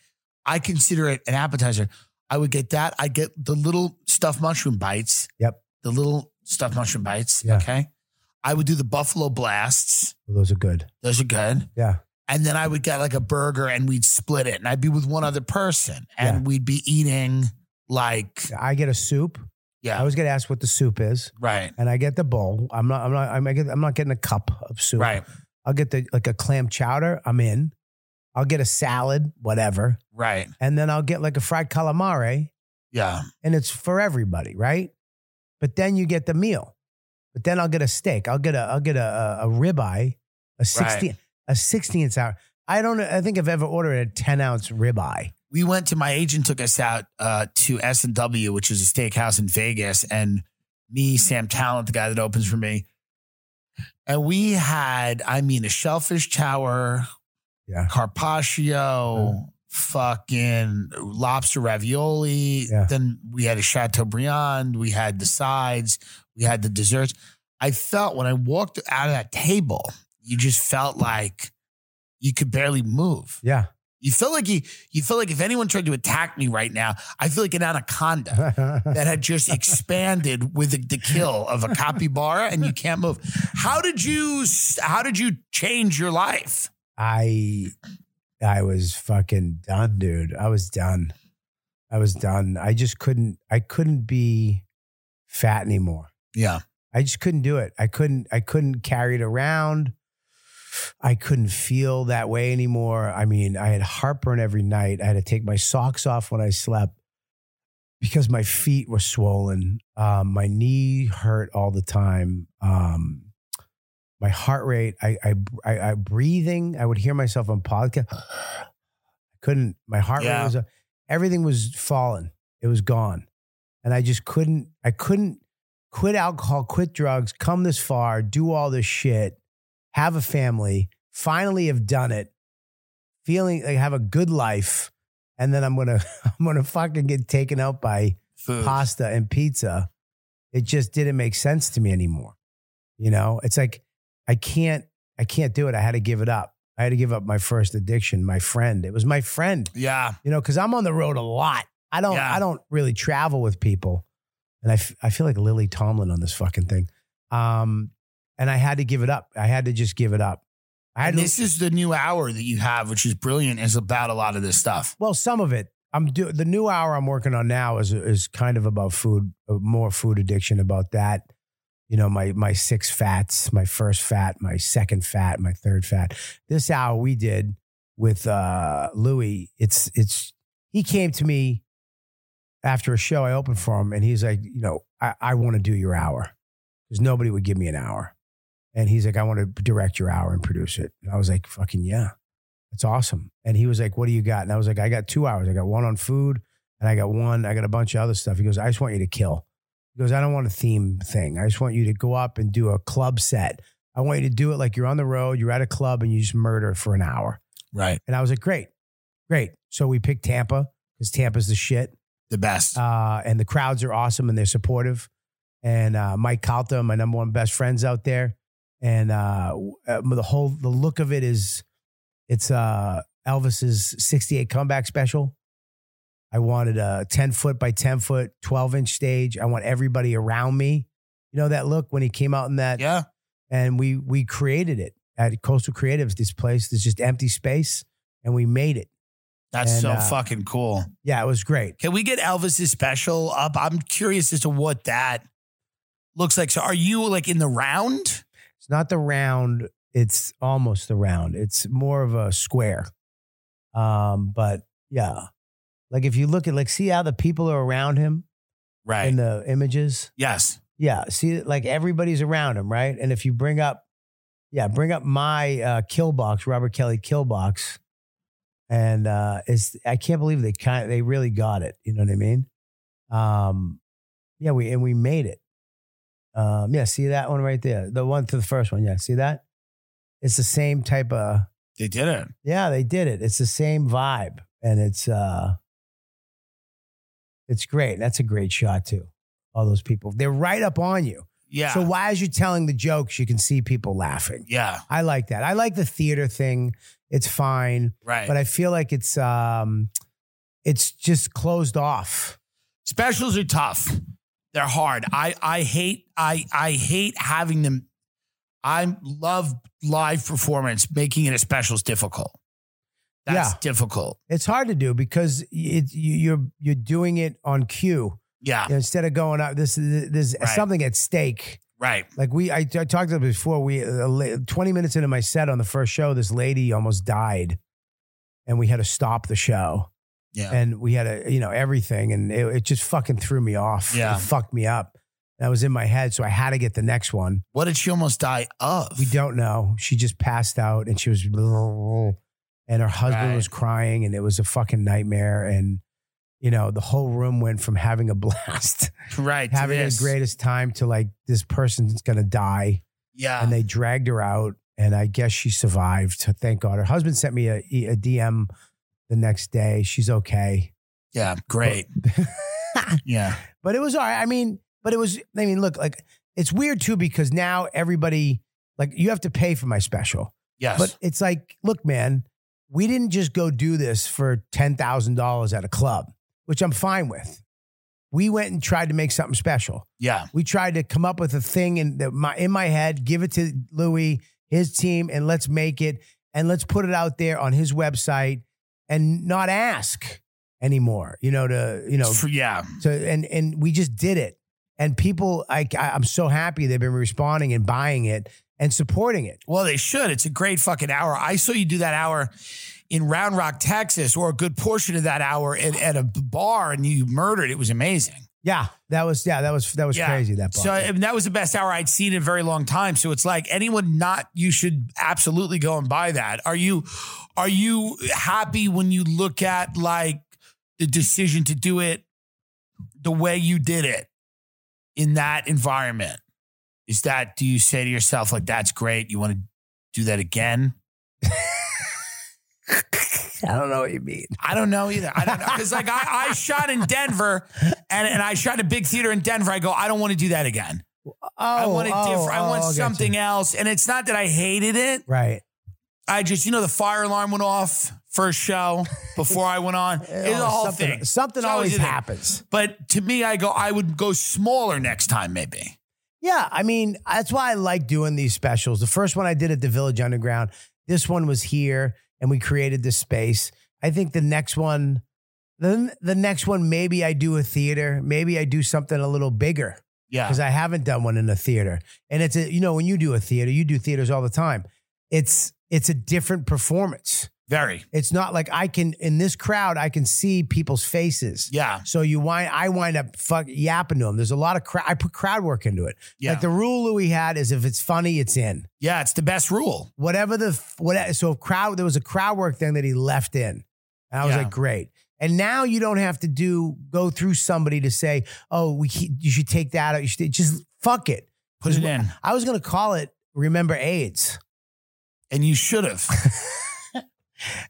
B: I consider it an appetizer. I would get that. I get the little stuffed mushroom bites.
C: Yep.
B: The little stuffed mushroom bites.
C: Yeah.
B: Okay. I would do the buffalo blasts.
C: Well, those are good.
B: Those are good.
C: Yeah.
B: And then I would get like a burger and we'd split it. And I'd be with one other person and
C: Yeah.
B: we'd be eating like,
C: I get a soup. I
B: yeah,
C: always get asked what the soup is,
B: right,
C: and I get the bowl. I'm not. I'm not. I'm, I get, I'm not getting a cup of soup.
B: right,
C: I'll get the like a clam chowder. I'm in. I'll get a salad, whatever,
B: right.
C: and then I'll get like a fried calamari,
B: Yeah.
C: and it's for everybody, right? But then you get the meal. But then I'll get a steak. I'll get a I'll get a a, a ribeye, a sixteen a sixteen ounce. I don't. I think I've ever ordered a ten ounce ribeye.
B: we went to my agent took us out uh, to S and W, which is a steakhouse in Vegas, and me, Sam Talent, the guy that opens for me, and we had, I mean, a shellfish tower,
C: Yeah.
B: carpaccio, fucking lobster ravioli.
C: Yeah.
B: Then we had a chateaubriand. We had the sides. We had the desserts. I felt when I walked out of that table, you just felt like you could barely move.
C: Yeah.
B: You feel like you, you feel like if anyone tried to attack me right now, I feel like an anaconda that had just expanded with the, the kill of a capybara, and you can't move. How did you? s- How did you change your life?
C: I I was fucking done, dude. I was done. I was done. I just couldn't I couldn't be fat anymore.
B: Yeah,
C: I just couldn't do it. I couldn't I couldn't carry it around. I couldn't feel that way anymore. I mean, I had heartburn every night. I had to take my socks off when I slept because my feet were swollen. Um, my knee hurt all the time. Um, my heart rate, I, I, I, I breathing. I would hear myself on podcast. I couldn't. My heart
B: Yeah.
C: rate was. Everything was fallen. It was gone, and I just couldn't. I couldn't quit alcohol, quit drugs, come this far, do all this shit, have a family, finally have done it, feeling like have a good life, and then I'm gonna I'm gonna fucking get taken out by
B: food.
C: pasta and pizza. It just didn't make sense to me anymore. You know, it's like I can't I can't do it. I had to give it up. I had to give up my first addiction, my friend. It was my friend
B: yeah,
C: you know, because I'm on the road a lot. I don't,
B: Yeah.
C: I don't really travel with people, and I, f- I feel like Lily Tomlin on this fucking thing. Um, and I had to give it up. I had to just give it up. I had
B: and
C: to,
B: this is the new hour that you have, which is brilliant. Is about a lot of this stuff.
C: well, some of it. I'm do the new hour I'm working on now is is kind of about food, uh, more food addiction about that. You know, my my six fats, my first fat, my second fat, my third fat. This hour we did with uh Louis, it's it's he came to me after a show I opened for him and he's like, you know, I, I want to do your hour. Because nobody would give me an hour. And he's like, I want to direct your hour and produce it. And I was like, fucking yeah. That's awesome. And he was like, What do you got? And I was like, I got two hours. I got one on food and I got one, I got a bunch of other stuff. He goes, I just want you to kill. He goes, I don't want a theme thing. I just want you to go up and do a club set. I want you to do it like you're on the road, you're at a club and you just murder for an hour.
B: Right,
C: And I was like, great, great. So we picked Tampa because Tampa's the shit.
B: the best.
C: Uh, and the crowds are awesome and they're supportive. And uh, Mike Calta, my number one best friend's out there. And uh, w- uh, the whole, the look of it is, it's uh, Elvis's 68 comeback special. I wanted a 10 foot by 10 foot, 12 inch stage. I want everybody around me. You know that look when he came out in that
B: yeah,
C: and we we created it at Coastal Creatives. This place, there's just empty space, and we made it.
B: that's
C: and,
B: so
C: uh,
B: fucking cool.
C: Yeah, it was great.
B: Can we get Elvis's special up? I'm curious as to what that looks like. So, are you like in the round?
C: It's not the round; it's almost the round. It's more of a square. Um, but yeah, like if you look at like see how the people are around him in the images.
B: yes.
C: Yeah, see like everybody's around him, right? And if you bring up, yeah, bring up my uh, kill box, Robert Kelly kill box. And uh, it's I can't believe they kind they really got it. You know what I mean? Um, yeah, we and we made it. Um, yeah, see that one right there, the one to the first one. Yeah, see that? It's the same type of
B: They did it.
C: yeah, they did it. It's the same vibe, and it's uh, It's great. That's a great shot too. All those people. They're right up on you.
B: Yeah.
C: So why as you're telling the jokes, you can see people laughing.
B: yeah.
C: I like that. I like the theater thing. It's fine.
B: Right.
C: But I feel like it's um it's just closed off.
B: Specials are tough. They're hard. I I hate I I hate having them. I love live performance. Making it a special is difficult. That's
C: Yeah.
B: difficult.
C: It's hard to do because it, you, you're you're doing it on cue
B: Yeah.
C: instead of going up. This is- there's
B: Right.
C: something at stake.
B: Right.
C: Like we, I, I talked about it before. We uh, la- twenty minutes into my set on the first show, this lady almost died, and we had to stop the show.
B: Yeah.
C: and we had a you know everything, and it, it just fucking threw me off.
B: Yeah.
C: it fucked me up. That was in my head, so I had to get the next one.
B: What did she almost die of?
C: We don't know. She just passed out, and she was, and her husband
B: Right.
C: was crying, and it was a fucking nightmare. And you know, the whole room went from having a blast,
B: Right. to
C: having
B: this.
C: the greatest time, to like this person's gonna die
B: Yeah.
C: and they dragged her out and i guess she survived thank god her husband sent me a, e, a dm the next day she's okay
B: yeah. Great. yeah.
C: but it was all right i mean but it was i mean look like it's weird too because now everybody like you have to pay for my special
B: Yes.
C: but it's like look man we didn't just go do this for $10000 at a club which i'm fine with we went and tried to make something special
B: yeah.
C: we tried to come up with a thing in the, my in my head, give it to Louis, his team, and let's make it and let's put it out there on his website and not ask anymore. You know, to you know,
B: For- yeah.
C: to and and we just did it. And people, I, I I'm so happy they've been responding and buying it and supporting it.
B: Well, they should. It's a great fucking hour. I saw you do that hour in Round Rock, Texas, or a good portion of that hour at, at a bar, and you murdered. It was amazing.
C: Yeah, that was yeah, that was that was
B: Yeah.
C: crazy. That part.
B: So I mean, that was the best hour I'd seen in a very long time. So it's like anyone not you should absolutely go and buy that. Are you are you happy when you look at like the decision to do it the way you did it in that environment? Is that do you say to yourself like that's great? You want to do that again?
C: I don't know what you mean.
B: I don't know either. I don't know because like I, I shot in Denver and and I shot a big theater in Denver. I go I don't want to do that again.
C: Oh,
B: I want it
C: oh,
B: different. I
C: oh,
B: want
C: gotcha.
B: something else. And it's not that I hated it.
C: Right.
B: I just, you know, the fire alarm went off first show before I went on. It's a whole
C: something,
B: thing.
C: Something
B: It's
C: always
B: a thing.
C: happens.
B: But to me, I go, I would go smaller next time, maybe.
C: Yeah, I mean, that's why I like doing these specials. The first one I did at the Village Underground, this one was here and we created this space. I think the next one then the next one maybe I do a theater, maybe I do something a little bigger
B: Yeah.
C: because I haven't done one in a theater. And it's a you know, when you do a theater, you do theaters all the time. It's it's a different performance.
B: Very.
C: It's not like I can in this crowd I can see people's faces.
B: Yeah.
C: So you wind, I wind up fuck yapping to them. There's a lot of crowd. I put crowd work into it.
B: Yeah.
C: Like the rule Louis had is if it's funny, it's in.
B: yeah. It's the best rule.
C: Whatever the f- what. So if crowd, there was a crowd work thing that he left in, and I was
B: Yeah.
C: like, great. And now you don't have to do go through somebody to say, oh, we he- you should take that out. You should just fuck it.
B: Put it in.
C: I was gonna call it remember AIDS,
B: And you should have.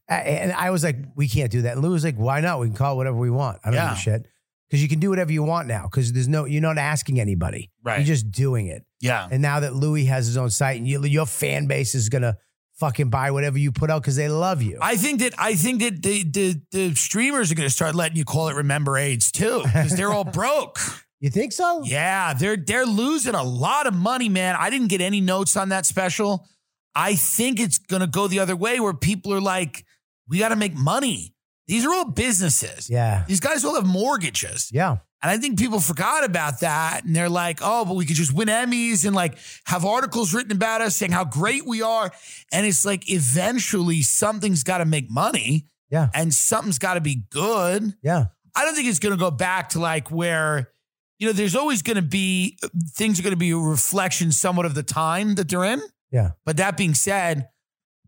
C: A- and I was like, we can't do that. And Lou was like, why not? We can call it whatever we want. I don't
B: Yeah.
C: give a shit because you can do whatever you want now because there's no you're not asking anybody.
B: Right.
C: You're just doing it.
B: yeah.
C: And now that Louis has his own site, and you, your fan base is gonna fucking buy whatever you put out because they love you.
B: I think that I think that the the, the streamers are going to start letting you call it Remember AIDS too because they're all broke.
C: you think so?
B: Yeah, they're they're losing a lot of money, man. I didn't get any notes on that special. I think it's going to go the other way where people are like, we got to make money. These are all businesses.
C: Yeah.
B: These guys all have mortgages.
C: Yeah.
B: And I think people forgot about that. And they're like, oh, but we could just win Emmys and like have articles written about us saying how great we are. And it's like eventually something's got to make money.
C: Yeah.
B: And something's got to be good.
C: Yeah.
B: I don't think it's going to go back to like where, you know, there's always going to be things are going to be a reflection somewhat of the time that they're in.
C: Yeah.
B: But that being said,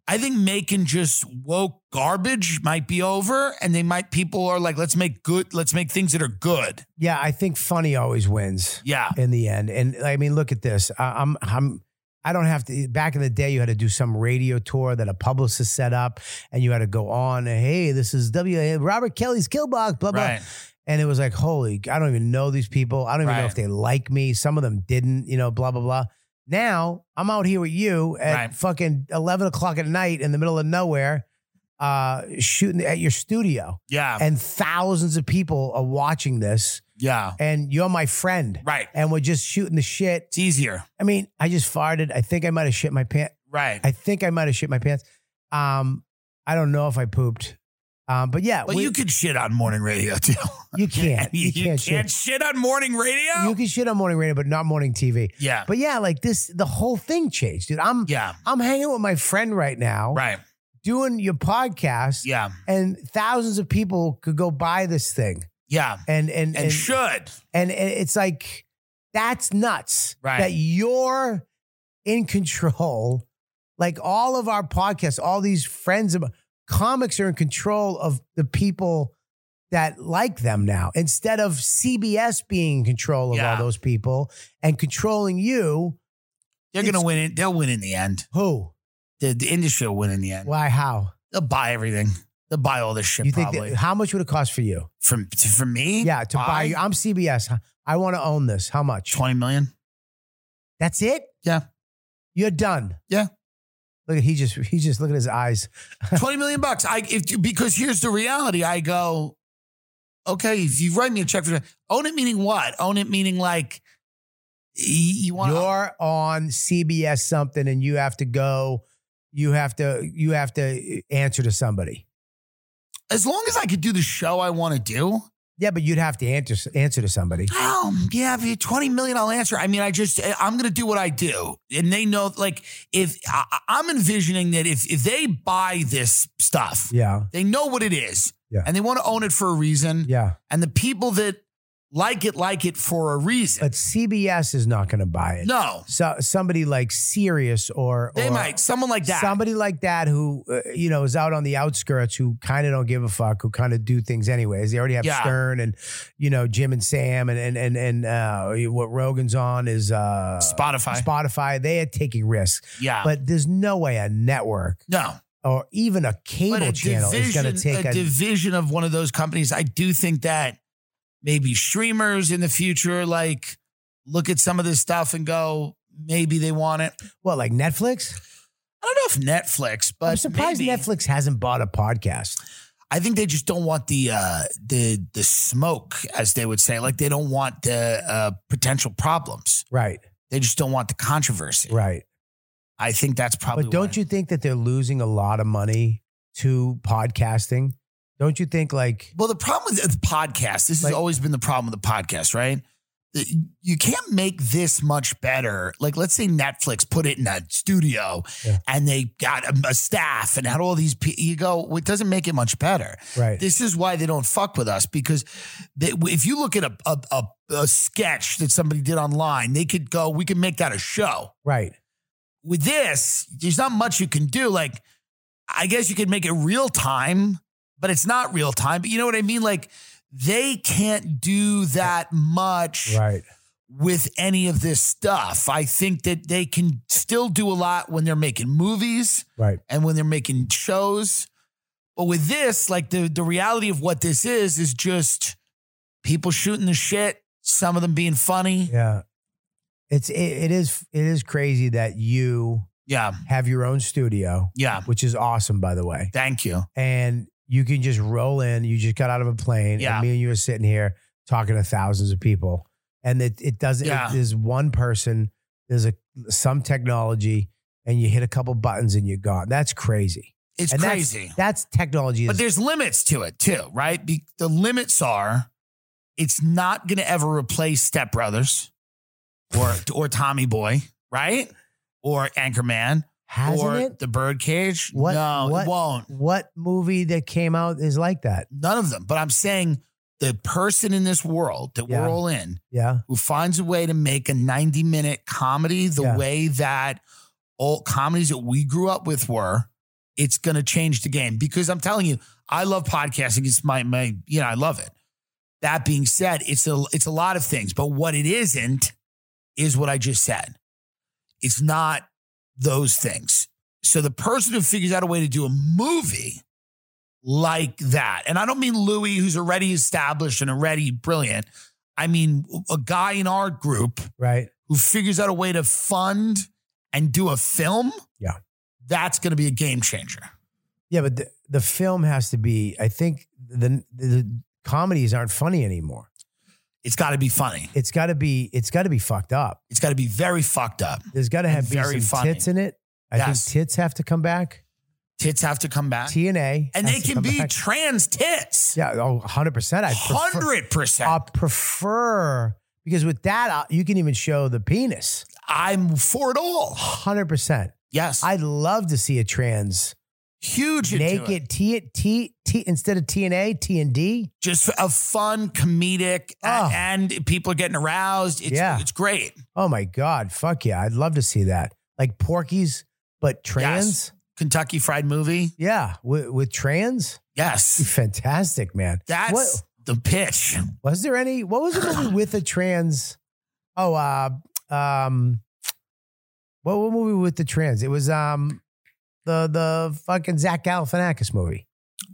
B: I think making just woke garbage might be over and they might, people are like, let's make good, let's make things that are good.
C: Yeah. I think funny always wins
B: Yeah.
C: in the end. And I mean, look at this. I, I'm I'm I don't have to. Back in the day, you had to do some radio tour that a publicist set up, and you had to go on. Hey, this is W. Robert Kelly's Killbox. Blah blah.
B: Right.
C: And it was like, holy, I don't even know these people. I don't even know
B: Right.
C: if they like me. Some of them didn't, you know, blah, blah, blah. Now I'm out here with you at
B: Right.
C: fucking 11 o'clock at night in the middle of nowhere, uh, shooting at your studio.
B: Yeah.
C: And thousands of people are watching this.
B: yeah.
C: And you're my friend.
B: Right.
C: And we're just shooting the shit.
B: It's easier.
C: I mean, I just farted. I think I might have shit my pants.
B: Right.
C: I think I might have shit my pants. Um, I don't know if I pooped. Um, but yeah,
B: But
C: we-
B: you could shit on morning radio too.
C: you can't.
B: you, can't, shit. on morning radio.
C: You can shit on morning radio, but not morning TV.
B: yeah.
C: But yeah, like this, the whole thing changed, dude. I'm
B: Yeah.
C: I'm hanging with my friend right now,
B: Right.
C: doing your podcast,
B: Yeah.
C: and thousands of people could go buy this thing,
B: Yeah.
C: and and
B: And,
C: and
B: should.
C: and, and it's like that's nuts
B: Right.
C: that you're in control. Like all of our podcasts, all these friends of comics are in control of the people that like them now instead of CBS being in control of
B: Yeah.
C: all those people and controlling you.
B: They're gonna win it. They'll win in the end.
C: Who?
B: The, the industry will win in the end.
C: Why? How?
B: They'll buy everything. They'll buy all this shit
C: You think
B: probably.
C: that, how much would it cost for you?
B: from to, for me?
C: Yeah, to buy. you. I'm CBS. I want to own this. How much?
B: twenty million.
C: That's it.
B: Yeah.
C: you're done.
B: Yeah.
C: Look at he just he just look at his eyes.
B: 20 million bucks. I if because here's the reality. I go, okay, if you write me a check for own it meaning what? Own it meaning like y- you want
C: You're on CBS something, and you have to go. You have to you have to answer to somebody.
B: as long as I could do the show I want to do.
C: Yeah, but you'd have to answer answer to somebody.
B: Um, yeah, if you 20 million, I'll answer. I mean, I just eh, I'm gonna do what I do. And they know like if I, I- I'm envisioning that if if they buy this stuff,
C: Yeah,
B: they know what it is.
C: Yeah.
B: And they want to own it for a reason.
C: yeah.
B: And the people that like it like it for a reason.
C: But CBS is not going to buy it.
B: no.
C: So somebody like Sirius or
B: They
C: or
B: might. Someone like that.
C: Somebody like that who uh, you know is out on the outskirts, who kind of don't give a fuck, who kind of do things anyways. They already have
B: Yeah.
C: Stern and you know Jim and Sam and and and and uh, what Rogan's on is uh,
B: Spotify.
C: Spotify. They are taking risks,
B: yeah.
C: but there's no way a network
B: no.
C: or even a
B: But
C: cable
B: a
C: channel is
B: division,
C: going to take
B: a,
C: a.
B: division of one of those companies. I do think that maybe streamers in the future like look at some of this stuff and go, maybe they want it.
C: what like Netflix?
B: I don't know if Netflix, but
C: I'm surprised
B: maybe.
C: Netflix hasn't bought a podcast.
B: I think they just don't want the uh, the the smoke, as they would say. Like they don't want the uh, potential problems.
C: Right,
B: They just don't want the controversy.
C: right.
B: I think that's probably.
C: But don't
B: why.
C: you think that they're losing a lot of money to podcasting? Don't you think like
B: Well, the problem with the podcast, this has
C: Like-
B: always been the problem with the podcast, right? That You can't make this much better. Like, let's say Netflix put it in a studio
C: Yeah.
B: and they got a, a staff and had all these people. You go, well, it doesn't make it much better.
C: right?
B: This is why they don't fuck with us because they, if you look at a, a, a, a sketch that somebody did online, they could go, we can make that a show
C: Right.
B: with this, there's not much you can do. Like, I guess you could make it real time, but it's not real time. But you know what I mean? Like, they can't do that much
C: Right.
B: with any of this stuff. I think that they can still do a lot when they're making movies
C: Right.
B: and when they're making shows. But with this, like the the reality of what this is is just people shooting the shit, some of them being funny.
C: Yeah. It's it, it is it is crazy that you
B: Yeah.
C: have your own studio,
B: Yeah.
C: which is awesome by the way.
B: Thank you.
C: And you can just roll in. You just got out of a plane,
B: Yeah.
C: and me and you are sitting here talking to thousands of people, and it it doesn't.
B: Yeah.
C: It, there's one person. There's a some technology, and you hit a couple buttons, and you're gone. That's crazy.
B: It's
C: and
B: crazy.
C: That's, that's technology.
B: But
C: Is,
B: there's limits to it too, right? Be- the limits are it's not going to ever replace Step Brothers or or Tommy Boy, right? Or Anchorman
C: hasn't
B: or
C: it?
B: The Birdcage.
C: What-
B: no,
C: what-
B: it won't.
C: What movie that came out is like that?
B: None of them. But I'm saying the person in this world that
C: Yeah.
B: we're all in
C: Yeah.
B: who finds a way to make a 90 minute comedy the
C: Yeah.
B: way that old comedies that we grew up with were, it's going to change the game because I'm telling you, I love podcasting. It's my, my, you know, I love it. That being said, it's a, it's a lot of things, but what it isn't is what I just said. It's not those things. So the person who figures out a way to do a movie like that. And I don't mean Louis, who's already established and already brilliant. I mean a guy in our group
C: right?
B: who figures out a way to fund and do a film.
C: Yeah.
B: That's going to be a game changer.
C: Yeah, but the, the film has to be. I think the the comedies aren't funny anymore.
B: It's got to be funny.
C: It's got to be. It's got to be fucked up.
B: It's got to be very fucked up.
C: There's got to
B: And
C: have be
B: very
C: some
B: funny.
C: tits in it. I
B: Yes.
C: think tits have to come back.
B: Tits have to come back.
C: TNA
B: and
C: has
B: they
C: to
B: can
C: come
B: be
C: back.
B: trans tits.
C: yeah, oh, 100 percent. I prefer,
B: Hundred
C: I
B: percent.
C: prefer because with that uh, you can even show the penis.
B: I'm for it all.
C: 100. percent
B: Yes,
C: I'd love to see a trans
B: huge into it.
C: naked T T T instead of TNA T and D.
B: Just a fun comedic,
C: Oh.
B: and, and people are getting aroused. It's,
C: Yeah.
B: it's great
C: Oh my god, fuck yeah! I'd love to see that. Like Porky's, but trans.
B: Kentucky Fried Movie.
C: Yeah, with, with trans,
B: Yes,
C: fantastic, man.
B: that's
C: What,
B: the pitch.
C: was there any? What was the movie with a trans? Oh, uh, um, what, what movie with the trans? It was um, the the fucking Zach Galifianakis movie.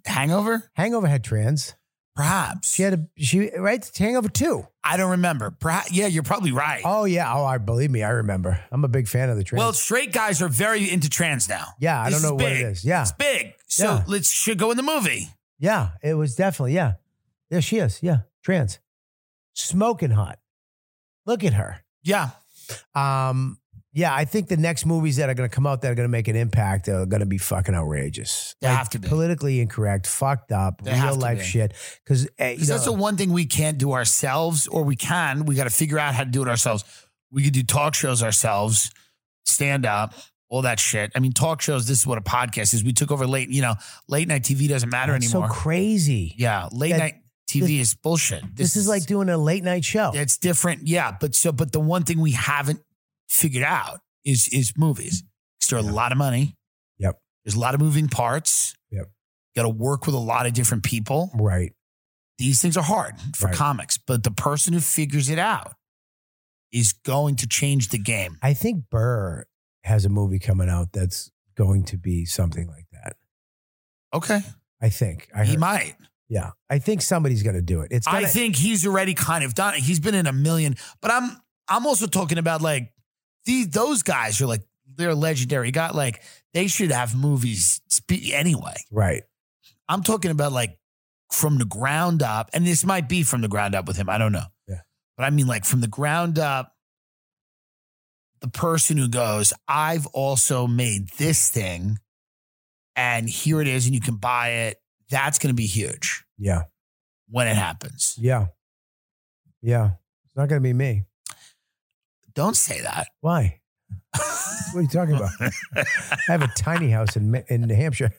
B: Hangover,
C: Hangover had trans.
B: perhaps.
C: She had a she right. It's Hangover two.
B: I don't remember. Perhaps. Yeah, you're probably right.
C: Oh yeah. Oh, I believe me. I remember. I'm a big fan of the trans.
B: well, straight guys are very into trans now.
C: yeah. I
B: this
C: don't know
B: is
C: what it
B: big.
C: is. Yeah.
B: It's big. So
C: Yeah.
B: let's should go in the movie.
C: Yeah, it was definitely, yeah. There she is. Yeah, trans. Smoking hot. Look at her.
B: Yeah.
C: Um, yeah, I think the next movies that are going to come out that are going to make an impact are going to be fucking outrageous.
B: They have to be.
C: Politically incorrect, fucked up,
B: They have
C: real
B: to
C: life
B: be.
C: shit. eh, Because
B: Because that's the one thing we can't do ourselves, or we can. We got to figure out how to do it ourselves. We could do talk shows ourselves, stand up, all that shit. I mean, talk shows. This is what a podcast is. We took over late. You know, late night TV doesn't matter
C: so
B: anymore.
C: crazy.
B: yeah, late
C: That-
B: night TV is bullshit.
C: This, is like doing a late night show.
B: it's different. Yeah, but so but the one thing we haven't figured out is is movies. 'Cause There are
C: Mm-hmm.
B: a
C: Yeah.
B: lot of money.
C: Yep.
B: There's a lot of moving parts.
C: Yep.
B: Got to work with a lot of different people
C: Right.
B: these things are hard for
C: Right.
B: comics, but the person who figures it out is going to change the game.
C: I think Burr has a movie coming out that's going to be something like that.
B: Okay.
C: I think. I
B: he
C: heard,
B: might.
C: yeah. I think somebody's going to do it. It's
B: I
C: gonna-
B: think he's already kind of done it. He's been in a million, but I'm I'm also talking about like these those guys are like they're legendary. You got like they should have movies spe- anyway.
C: right.
B: I'm talking about like from the ground up, and this might be from the ground up with him. I don't know.
C: Yeah.
B: But I mean, like from the ground up, the person who goes, I've also made this thing, and here it is, and you can buy it. That's going to be huge
C: Yeah.
B: when it happens.
C: Yeah. Yeah. It's not going to be me.
B: Don't say that.
C: Why? What are you talking about? I have a tiny house in Ma- in New Hampshire.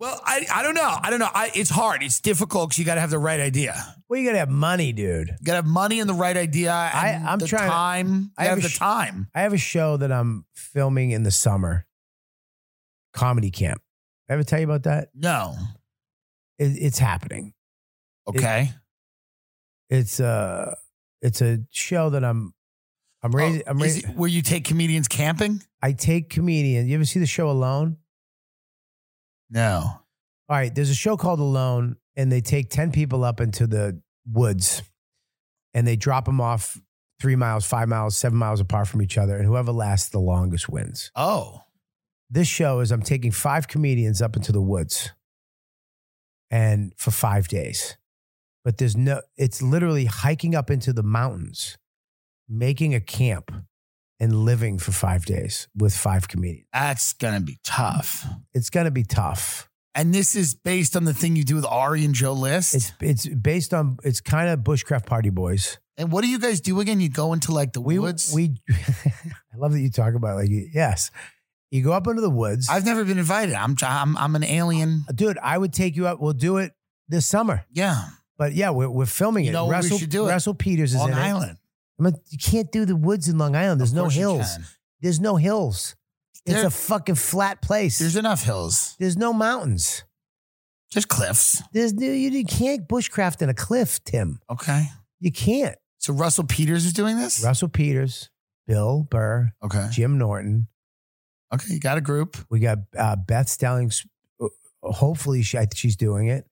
B: well, I, I don't know. I don't know. I, it's hard. It's difficult because you got to have the right idea.
C: Well, you got to have money, dude.
B: You got to have money and the right idea. And
C: I'm
B: the
C: trying to-
B: Time.
C: I
B: You have
C: have a
B: the
C: sh-
B: time.
C: I have a show that I'm filming in the summer. Comedy camp. I ever tell you about that?
B: No.
C: It, it's happening.
B: Okay.
C: It's a it's a show that I'm I'm raising.
B: Oh,
C: I'm
B: is
C: raising.
B: it where you take comedians camping?
C: I take comedians. You ever see the show Alone?
B: No.
C: All right, there's a show called Alone, and they take 10 people up into the woods and they drop them off three miles, five miles, seven miles apart from each other. And whoever lasts the longest wins.
B: Oh,
C: This show is I'm taking five comedians up into the woods and for five days. But there's no, it's literally hiking up into the mountains, making a camp, and living for five days with five comedians.
B: that's gonna be tough.
C: It's going to be tough.
B: And this is based on the thing you do with Ari and Joe List.
C: It's it's based on it's kind of bushcraft party boys.
B: and what do you guys do again? You go into like the
C: We
B: woods.
C: we I love that you talk about it like yes, you go up into the woods,
B: I've never been invited. I'm I'm I'm an alien.
C: dude. I would take you up. We'll do it this summer.
B: Yeah,
C: But yeah, we're, we're filming
B: You
C: it.
B: know what we
C: Russell,
B: should do it?
C: Russell Peters is
B: Long
C: in it.
B: Island.
C: I mean, you can't do the woods in Long Island. There's
B: Of
C: no
B: course you
C: hills.
B: can.
C: There's no hills. it's
B: There-
C: a fucking flat place.
B: There's
C: There's,
B: enough hills.
C: no mountains.
B: There's cliffs.
C: There's you, you can't bushcraft in a cliff, Tim.
B: Okay.
C: You can't.
B: So Russell Peters is doing this.
C: Russell Peters, Bill Burr,
B: Okay.
C: Jim Norton.
B: Okay. You got a group.
C: We got uh, Beth Stallings hopefully she, I- she's doing it.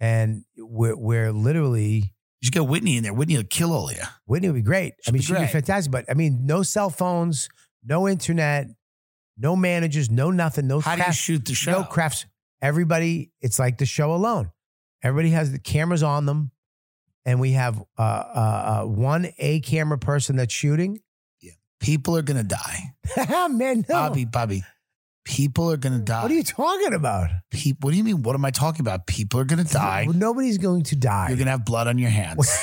C: And we're, we're literally,
B: You should get Whitney in there. Whitney will kill all of you.
C: Whitney would be great. I
B: She'd
C: mean,
B: be
C: she'd
B: great.
C: be fantastic. But I mean, no cell phones, no internet, no managers, no nothing, no
B: How do you
C: craft-
B: shoot the show?
C: No crafts. Everybody, it's like the show alone. Everybody has the cameras on them, and we have uh, uh, uh, one A camera person that's shooting.
B: People are gonna die.
C: Man, no.
B: Bobby, uh, Bobby. People are gonna die.
C: what are you talking about?
B: Peop- what do you mean? What am I talking about? People are gonna die.
C: Well, nobody's going to die.
B: You're gonna have blood on your hands.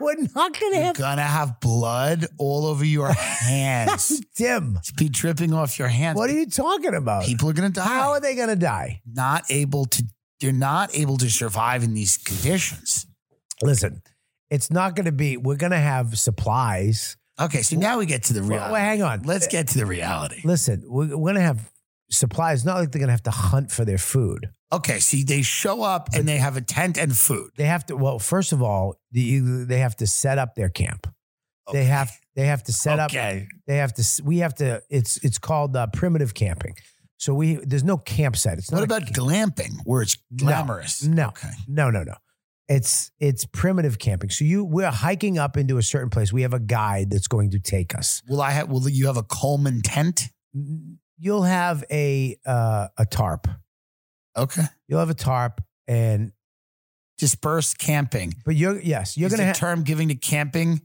C: We're not going to
B: You're
C: have
B: gonna have blood all over your hands.
C: Tim.
B: It's be dripping off your hands.
C: What are you talking about?
B: People are gonna die.
C: How are they going to die?
B: not able to. They're not able to survive in these conditions.
C: Listen, it's not going to be. We're going to have supplies.
B: Okay, so now we get to the real.
C: Well, hang on.
B: Let's get to the reality.
C: Listen, we're, we're going to have supplies. Not like they're going to have to hunt for their food.
B: Okay, see, they show up and they have a tent and food.
C: They have to. Well, first of all, the, they have to set up their camp. They have. They have to set up.
B: Okay,
C: They have to. We have to. It's it's called uh, primitive camping. So we there's no campsite. It's not
B: what
C: a
B: about glamping, where it's
C: No.
B: glamorous?
C: No.
B: Okay.
C: No, no, no. It's it's primitive camping. So you we're hiking up into a certain place. We have a guide that's going to take us.
B: Will I have? Will you have a Coleman tent?
C: You'll have a uh, a tarp.
B: Okay.
C: You'll have a tarp, and
B: Dispersed camping.
C: but you're yes you're
B: Is
C: gonna
B: the
C: have
B: term giving to camping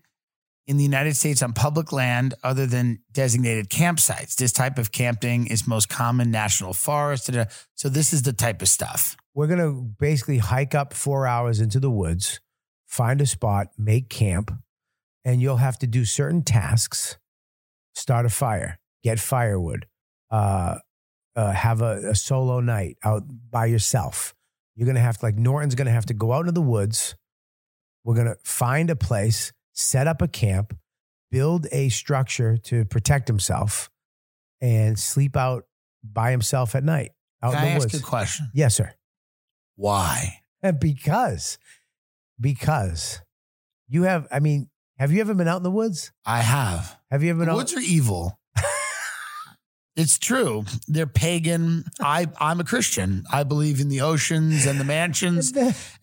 B: in the United States on public land other than designated campsites. This type of camping is most common national forest. da, da. So this is the type of stuff.
C: we're gonna basically hike up four hours into the woods, find a spot, make camp, and you'll have to do certain tasks: start a fire, get firewood, uh, uh, have a, a solo night out by yourself. You're gonna have to like Norton's gonna have to go out into the woods. We're gonna find a place, set up a camp, build a structure to protect himself, and sleep out by himself at night out
B: Can I
C: in the
B: ask
C: woods.
B: you a question?
C: Yes, sir.
B: Why?
C: And because, because you have, I mean, have you ever been out in the woods?
B: I have.
C: Have you ever been
B: The
C: out?
B: woods are evil. it's true. They're pagan. I I'm a Christian. I believe in the oceans and the mansions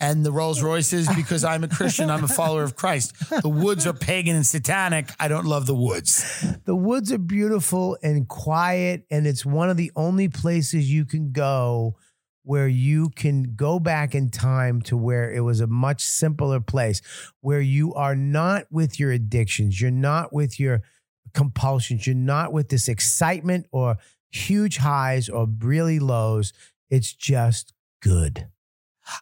B: and the Rolls Royces because I'm a Christian. I'm a follower of Christ. The woods are pagan and satanic. I don't love the woods.
C: The woods are beautiful and quiet, and it's one of the only places you can go where you can go back in time to where it was a much simpler place, where you are not with your addictions, you're not with your compulsions, you're not with this excitement or huge highs or really lows. It's just good.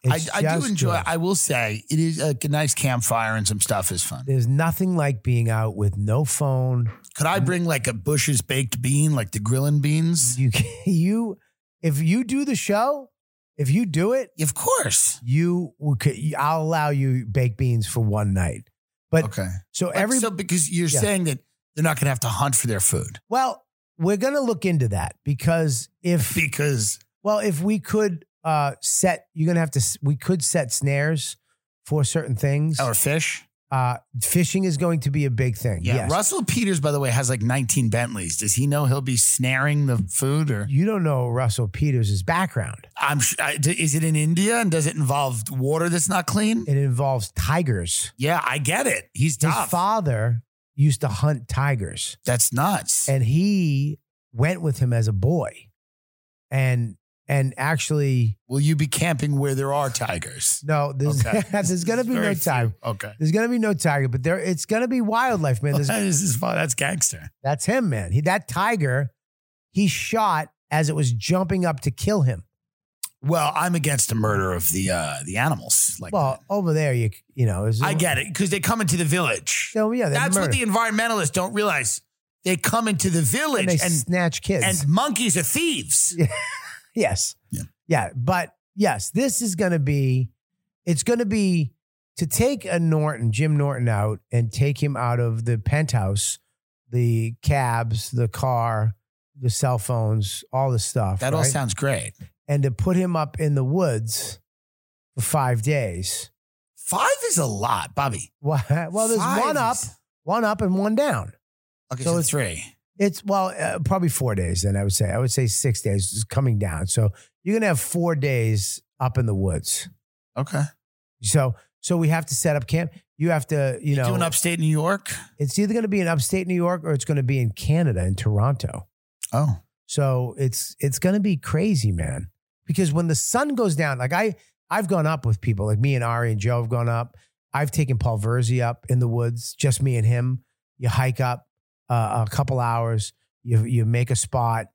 B: I,
C: It's
B: I do
C: just
B: enjoy.
C: good.
B: I will say it is a g- nice campfire and some stuff is fun.
C: There's nothing like being out with no phone.
B: Could
C: Mm-hmm.
B: I bring like a Bush's baked bean, like the grilling beans?
C: You, you, if you do the show, if you do it,
B: Of course.
C: you will- could- I'll allow you baked beans for one night. But-
B: okay.
C: So
B: Like,
C: every
B: so because you're
C: Yeah.
B: saying that they're not going to have to hunt for their food
C: well, we're gonna look into that because if
B: because
C: well, if we could uh set, you're gonna have to. s- We could set snares for certain things.
B: our fish.
C: Uh, fishing is going to be a big thing.
B: Yeah.
C: Yes.
B: Russell Peters, by the way, has like 19 Bentleys. Does he know he'll be snaring the food or?
C: you don't know Russell Peters' background.
B: I'm. su- I- d- Is it in India and does it involve water that's not clean?
C: It involves tigers.
B: Yeah, I get it. He's
C: His
B: tough.
C: father used to hunt tigers.
B: that's nuts.
C: and he went with him as a boy and and actually
B: Will you be camping where there are tigers?
C: no there's
B: Okay.
C: there's gonna be no
B: Very
C: tiger
B: few. Okay.
C: there's gonna be no tiger but there it's gonna be wildlife man There's-
B: That is his father. That's gangster.
C: that's him man he that tiger he shot as it was jumping up to kill him
B: Well, I'm against the murder of the uh, the animals. Like,
C: well over there you you know is
B: that. I get it because they come into the village.
C: so yeah they
B: That's what
C: murder.
B: the environmentalists don't realize. They come into the
C: and
B: village and
C: they
B: and,
C: snatch kids
B: monkeys are thieves.
C: Yes.
B: Yeah.
C: Yeah. But yes, this is going to be, it's going to be to take a Norton, Jim Norton out and take him out of the penthouse, the cabs, the car, the cell phones, all the stuff.
B: That all
C: right?
B: sounds great.
C: and to put him up in the woods for five days.
B: Five is a lot, Bobby.
C: Well, well there's
B: Five
C: one up,
B: is-
C: one up, and one down.
B: Okay,
C: so
B: so,
C: it's-
B: three.
C: It's well, uh, probably four days. Then I would say, I would say six days is coming down. So you're gonna have four days up in the woods.
B: Okay.
C: So, so we have to set up camp. You have to, you know,
B: Doing upstate New York.
C: it's either gonna be in upstate New York or it's gonna be in Canada in Toronto.
B: Oh.
C: So it's it's gonna be crazy, man. Because when the sun goes down, like I I've gone up with people, like me and Ari and Joe have gone up. I've taken Paul Verzi up in the woods, just me and him. You hike up uh, a couple hours, you you make a spot,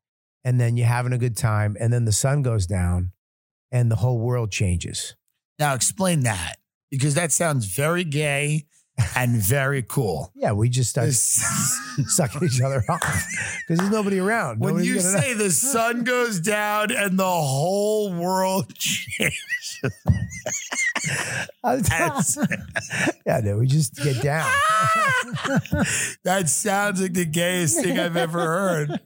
C: and then you're having a good time, and then the sun goes down, and the whole world changes.
B: Now explain that because that sounds very gay and very cool.
C: Yeah, we just start
B: This-
C: sucking each other off because there's nobody around.
B: When
C: Nobody's
B: you
C: gonna know.
B: say the sun goes down and the whole world changes,
C: I'm t- yeah, no, we just get down.
B: that sounds like the gayest thing I've ever heard.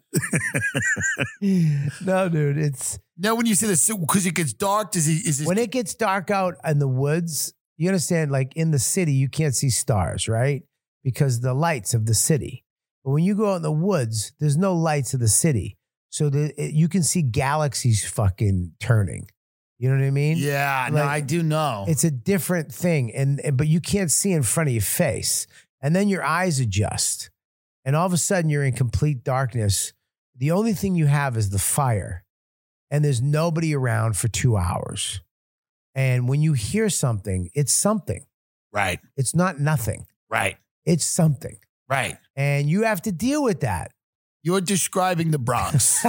C: no, dude, it's
B: Now, when you say this, because it gets dark, does he, is it,
C: when it gets dark out in the woods, you understand, like in the city, you can't see stars, right? Because the lights of the city. But when you go out in the woods, there's no lights of the city. So the, it, you can see galaxies fucking turning. You know what I mean?
B: yeah, no,
C: like,
B: I do know.
C: It's a different thing. And, and- but you can't see in front of your face. And then your eyes adjust. And all of a sudden you're in complete darkness. The only thing you have is the fire. And there's nobody around for two hours. And when you hear something, it's something.
B: right,
C: It's not nothing.
B: right,
C: It's something.
B: right.
C: And you have to deal with that.
B: You're describing the Bronx.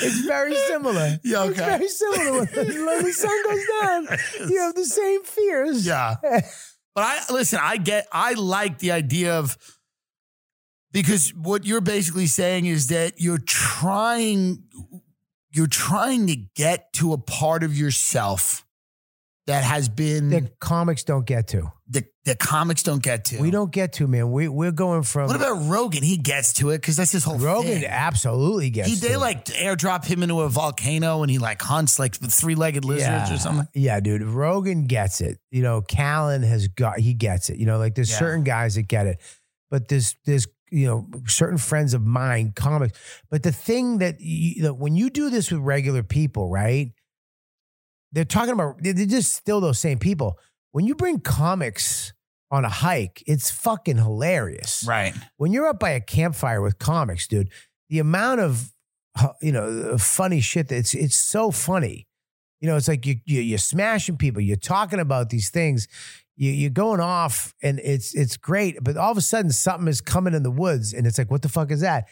C: It's very similar.
B: Yeah,
C: It's
B: okay.
C: very similar. When the when the sun goes down, you have the same fears.
B: Yeah. But I listen, I get I like the idea of because what you're basically saying is that you're trying you're trying to get to a part of yourself that has been
C: That
B: the
C: comics don't get to.
B: the, comics don't get to.
C: We don't get to, man. We we're going from
B: What about Rogan? He gets to it because that's his whole
C: Rogan
B: thing.
C: absolutely gets
B: He
C: to.
B: they like airdrop him into a volcano and he like hunts like three legged lizards or something.
C: Yeah, dude. Rogan gets it. You know, Callan has got he gets it. You know, like there's
B: Yeah.
C: certain guys that get it. But there's there's you know, certain friends of mine, comics. But the thing that you, that when you do this with regular people, right? They're talking about they're they're just still those same people. When you bring comics on a hike, it's fucking hilarious
B: Right.
C: when you're up by a campfire with comics, dude, the amount of uh, you know funny shit that it's it's so funny. You know, it's like you, you you're smashing people, you're talking about these things, you, you're going off, and it's it's great. But all of a sudden, something is coming in the woods, and it's like, what the fuck is that?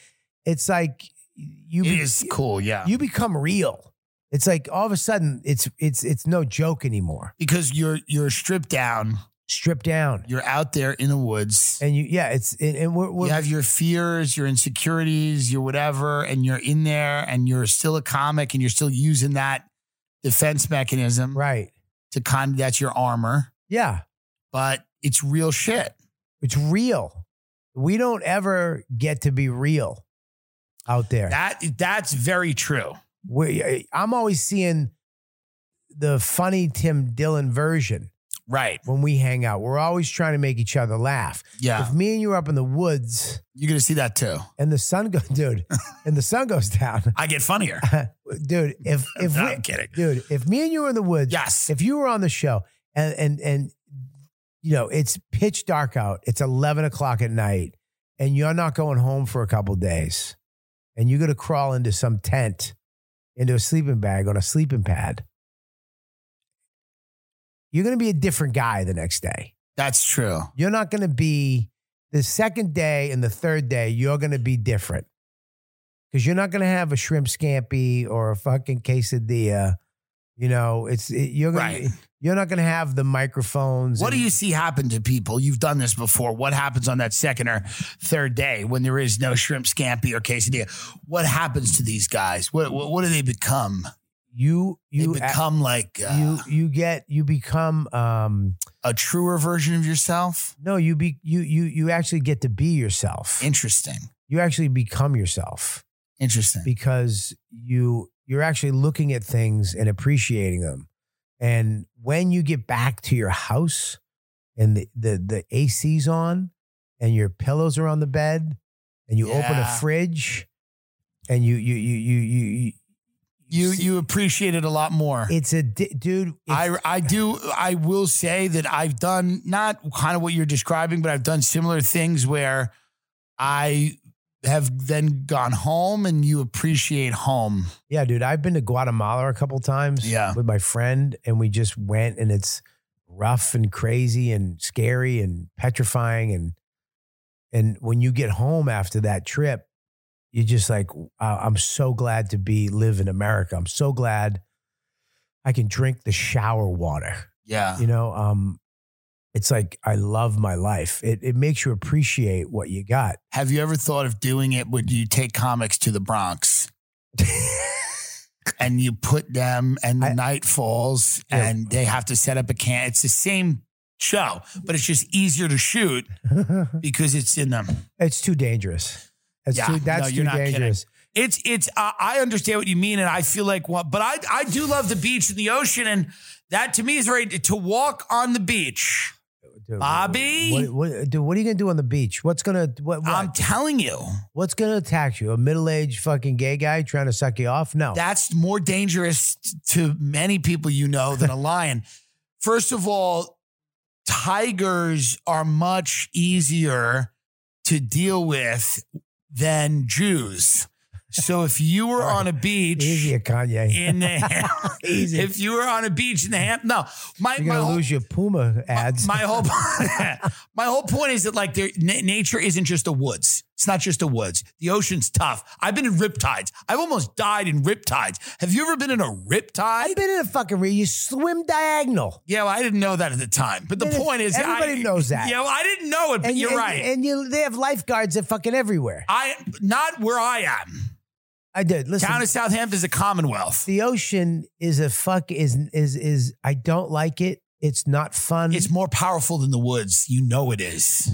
C: It's like you
B: It
C: be-
B: is cool, yeah.
C: you become real. It's like all of a sudden, it's it's it's no joke anymore.
B: because you're you're stripped down.
C: Stripped down,
B: You're out there in the woods.
C: and you yeah, it's and, and we're, we're
B: you have your fears, your insecurities, your whatever, and you're in there and you're still a comic and you're still using that defense mechanism
C: right,
B: to kind of that's your armor,
C: yeah.
B: but it's real shit.
C: It's real. We don't ever get to be real out there.
B: That that's very true.
C: we, I'm always seeing the funny Tim Dillon version
B: Right.
C: when we hang out. We're always trying to make each other laugh.
B: Yeah.
C: If me and you are up in the woods
B: You're gonna see that too.
C: and the sun goes, dude, and the sun goes down,
B: I get funnier.
C: dude. If if
B: No,
C: we,
B: I'm kidding.
C: dude, if me and you were in the woods,
B: Yes.
C: if you were on the show and and and you know it's pitch dark out it's 11 o'clock at night and you're not going home for a couple days and you're going to crawl into some tent into a sleeping bag on a sleeping pad you're going to be a different guy the next day
B: That's true.
C: you're not going to be the second day and the third day you're going to be different because you're not going to have a shrimp scampi or a fucking quesadilla you know it's it, you're gonna,
B: Right.
C: you're not going to have the microphones
B: What do
C: and-
B: you see happen to people? You've done this before. What happens on that second or third day when there is no shrimp scampi or quesadilla? What happens to these guys? What what, what do they become?
C: you you
B: they become like uh,
C: you you get you become um
B: a truer version of yourself.
C: no you be you you you actually get to be yourself
B: Interesting.
C: you actually become yourself
B: Interesting.
C: because you you're actually looking at things and appreciating them. And when you get back to your house and the the, the AC's on and your pillows are on the bed and you open a
B: Yeah.
C: fridge and you you you you you, you
B: You you appreciate it a lot more.
C: it's a di- dude it's,
B: I I do I will say that I've done not kind of what you're describing, but I've done similar things where I have then gone home and you appreciate home.
C: Yeah, dude, I've been to Guatemala a couple times
B: Yeah.
C: with my friend, and we just went, and it's rough and crazy and scary and petrifying, and and when you get home after that trip, you're just like, "Wow, I'm so glad to be live in America. I'm so glad I can drink the shower water.
B: Yeah.
C: You know, um, it's like I love my life. It it makes you appreciate what you got.
B: Have you ever thought of doing it? Would you take comics to the Bronx? and you put them, and the
C: I-
B: night falls,
C: Yeah.
B: and they have to set up a can. It's the same show, but it's just easier to shoot because it's in them.
C: it's too dangerous. It's
B: Yeah,
C: too,
B: no,
C: that's
B: you're
C: too
B: not kidding.
C: dangerous.
B: It's it's. Uh, I understand what you mean, and I feel like what, but I I do love the beach and the ocean, and that to me is very to walk on the beach.
C: Dude,
B: Bobby?
C: What, what, dude, what are you gonna do on the beach? What's gonna what, what?
B: I'm telling you,
C: what's gonna attack you? A middle aged fucking gay guy trying to suck you off? No.
B: that's more dangerous t- to many people you know than a lion. First of all, tigers are much easier to deal with than Jews. So if you were on a beach
C: Easy, Kanye.
B: in the
C: Easy.
B: if you were on a beach in the ham, no, my
C: You're
B: my
C: gonna
B: whole-
C: lose your Puma ads.
B: My whole my whole point is that like there, na- nature isn't just the woods. It's not just the woods. The ocean's tough. I've been in riptides. I've almost died in riptides. Have you ever been in a riptide?
C: I've been in a fucking re. You swim diagonal,
B: yeah, well, I didn't know that at the time. But the
C: Yeah,
B: point is,
C: everybody
B: I-
C: knows that.
B: Yeah, well, I didn't know it, but
C: and
B: you're
C: and-
B: right.
C: And you, they have lifeguards that fucking everywhere.
B: I not where I am.
C: I did. Listen,
B: Town of Southampton is a commonwealth.
C: the ocean is a fuck. Is is is. I don't like it. It's not fun.
B: It's more powerful than the woods. You know it is.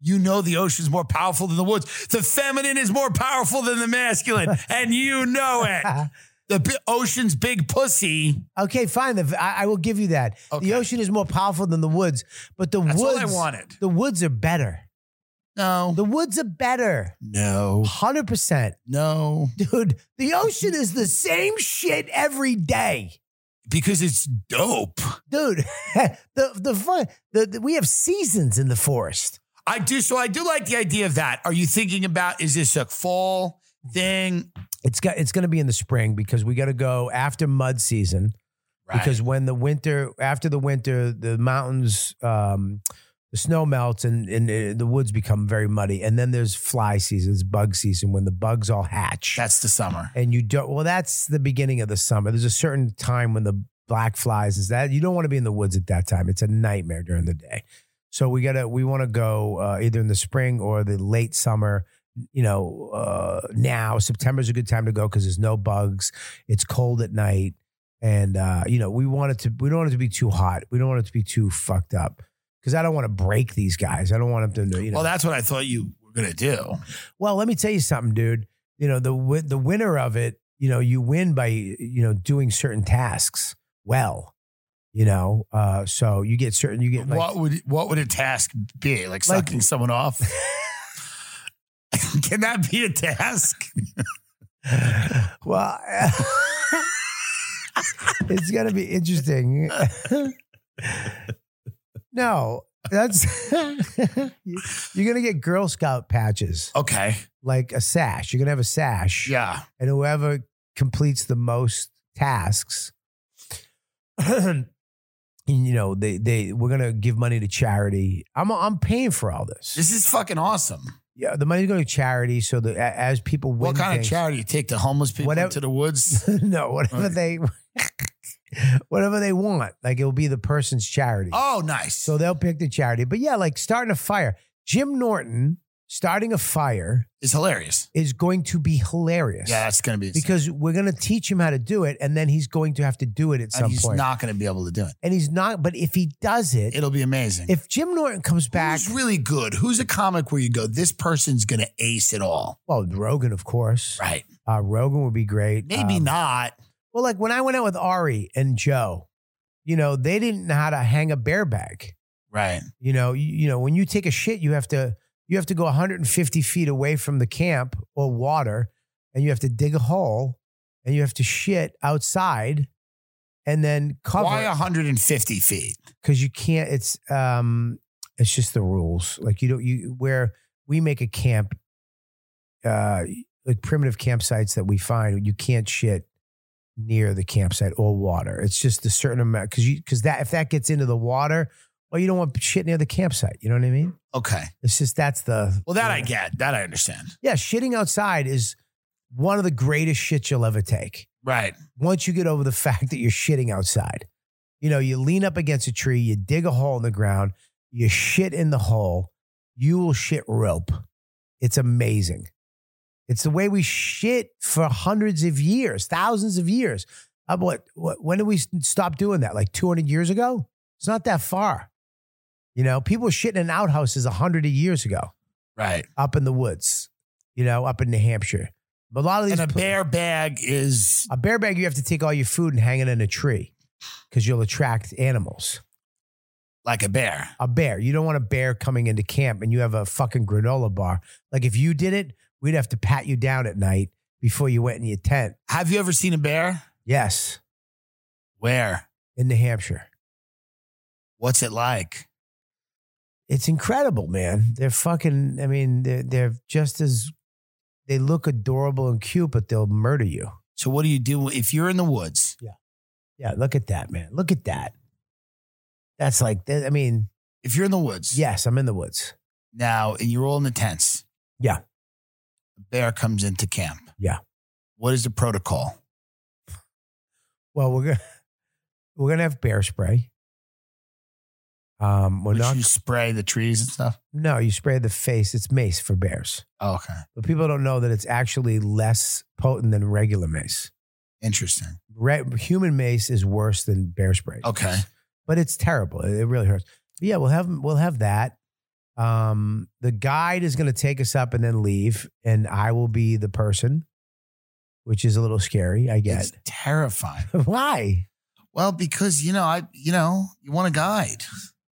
B: You know the ocean's more powerful than the woods. The feminine is more powerful than the masculine, and you know it. the bi- ocean's big pussy.
C: Okay, fine. The, I, I will give you that.
B: Okay.
C: The ocean is more powerful than the woods, but the
B: That's
C: woods,
B: all I wanted.
C: the woods are better.
B: No,
C: The woods are better,
B: no,
C: hundred percent,
B: no,
C: dude. The ocean is the same shit every day,
B: because it's dope.
C: dude. the the fun, the, the we have seasons in the forest.
B: I do. So I do like the idea of that. Are you thinking about is this a fall thing?
C: It's got it's going to be in the spring because we got to go after mud season. because when the winter after the winter the mountains um the snow melts and and uh, the woods become very muddy and then there's fly season it's bug season when the bugs all hatch
B: that's the summer.
C: and you don't well that's the beginning of the summer there's a certain time when the black flies is that you don't want to be in the woods at that time it's a nightmare during the day so we gotta we want to go uh, either in the spring or the late summer you know uh, now september's a good time to go because there's no bugs it's cold at night and uh, you know we want it to we don't want it to be too hot we don't want it to be too fucked up because i don't want to break these guys i don't want them to you know
B: Well, that's what I thought you were gonna do.
C: well, let me tell you something, dude. You know the wi- the winner of it. You know you win by you know doing certain tasks well. You know, uh, so you get certain you get like
B: what would what would a task be? Like
C: Like-
B: sucking someone off? Can that be a task?
C: well. it's gonna be interesting. no, that's you're gonna get Girl Scout patches
B: Okay.
C: like a sash. You're gonna have a sash.
B: Yeah.
C: and whoever completes the most tasks and, you know they they we're going to give money to charity i'm i'm paying for all this,
B: This is fucking awesome.
C: yeah the money's going to charity so that a- as people win
B: what kind
C: things-
B: of charity? You take the homeless people
C: Whatever-
B: to the woods?
C: no whatever they whatever they want like it'll be the person's charity
B: Oh, nice.
C: so they'll pick the charity but yeah like starting a fire jim norton starting a fire
B: It's hilarious.
C: is going to be hilarious.
B: Yeah, that's going to be insane.
C: Because we're going to teach him how to do it, and then he's going to have to do it at
B: and
C: some
B: he's
C: point.
B: not going to be able to do it.
C: and he's not, but if he does it,
B: It'll be amazing.
C: if Jim Norton comes back,
B: Who's really good? Who's a comic where you go, this person's going to ace it all?
C: well, Rogan, of course.
B: Right.
C: Uh, Rogan would be great.
B: Maybe
C: Um,
B: not.
C: Well, like when I went out with Ari and Joe, you know, they didn't know how to hang a bear bag.
B: Right.
C: You know, you, you know, when you take a shit, you have to you have to go 150 feet away from the camp or water, and you have to dig a hole, and you have to shit outside, and then
B: Why
C: cover
B: 150 feet?
C: because you can't. It's um, it's just the rules. Like you don't you where we make a camp, uh, like primitive campsites that we find, you can't shit near the campsite or water. It's just a certain amount because you because that if that gets into the water, well, you don't want shit near the campsite. You know what I mean?
B: Okay.
C: It's just that's the
B: Well, that I get. That I understand.
C: yeah. Shitting outside is one of the greatest shits you'll ever take.
B: Right.
C: Once you get over the fact that you're shitting outside, you know, you lean up against a tree, you dig a hole in the ground, you shit in the hole, you will shit rope. It's amazing. It's the way we shit for hundreds of years, thousands of years. Uh, what, what, when did we s- stop doing that? Like 200 years ago? It's not that far. You know, people were shitting in outhouses 100 years ago
B: Right.
C: up in the woods, you know, up in New Hampshire. But a lot of these
B: And a
C: pla-
B: bear bag is
C: a bear bag, you have to take all your food and hang it in a tree because you'll attract animals.
B: like a bear.
C: A bear, you don't want a bear coming into camp and you have a fucking granola bar. Like if you did it, we'd have to pat you down at night before you went in your tent.
B: Have you ever seen a bear?
C: Yes,
B: Where?
C: in New Hampshire.
B: What's it like?
C: It's incredible, man. They're fucking, I mean, they're, they're just as, they look adorable and cute, but they'll murder you.
B: So, what do you do if you're in the woods?
C: Yeah, look at that, man. Look at that. That's like, that- I mean,
B: If you're in the woods
C: yes, I'm in the woods.
B: now and you're all in the tents.
C: Yeah.
B: A bear comes into camp.
C: Yeah.
B: What is the protocol?
C: Well, we're gonna we're gonna have bear spray. Um, we're
B: Would
C: not.
B: you spray the trees and stuff?
C: no, you spray the face. It's mace for bears,
B: Oh, okay.
C: but people don't know that it's actually less potent than regular mace.
B: Interesting.
C: Re- human mace is worse than bear spray.
B: Okay.
C: but it's terrible. It it really hurts. But yeah, we'll have we'll have that. Um, the guide is going to take us up and then leave, and I will be the person, which is a little scary. I
B: It's
C: guess.
B: terrifying.
C: Why?
B: Well, because you know, I you know, you want a guide.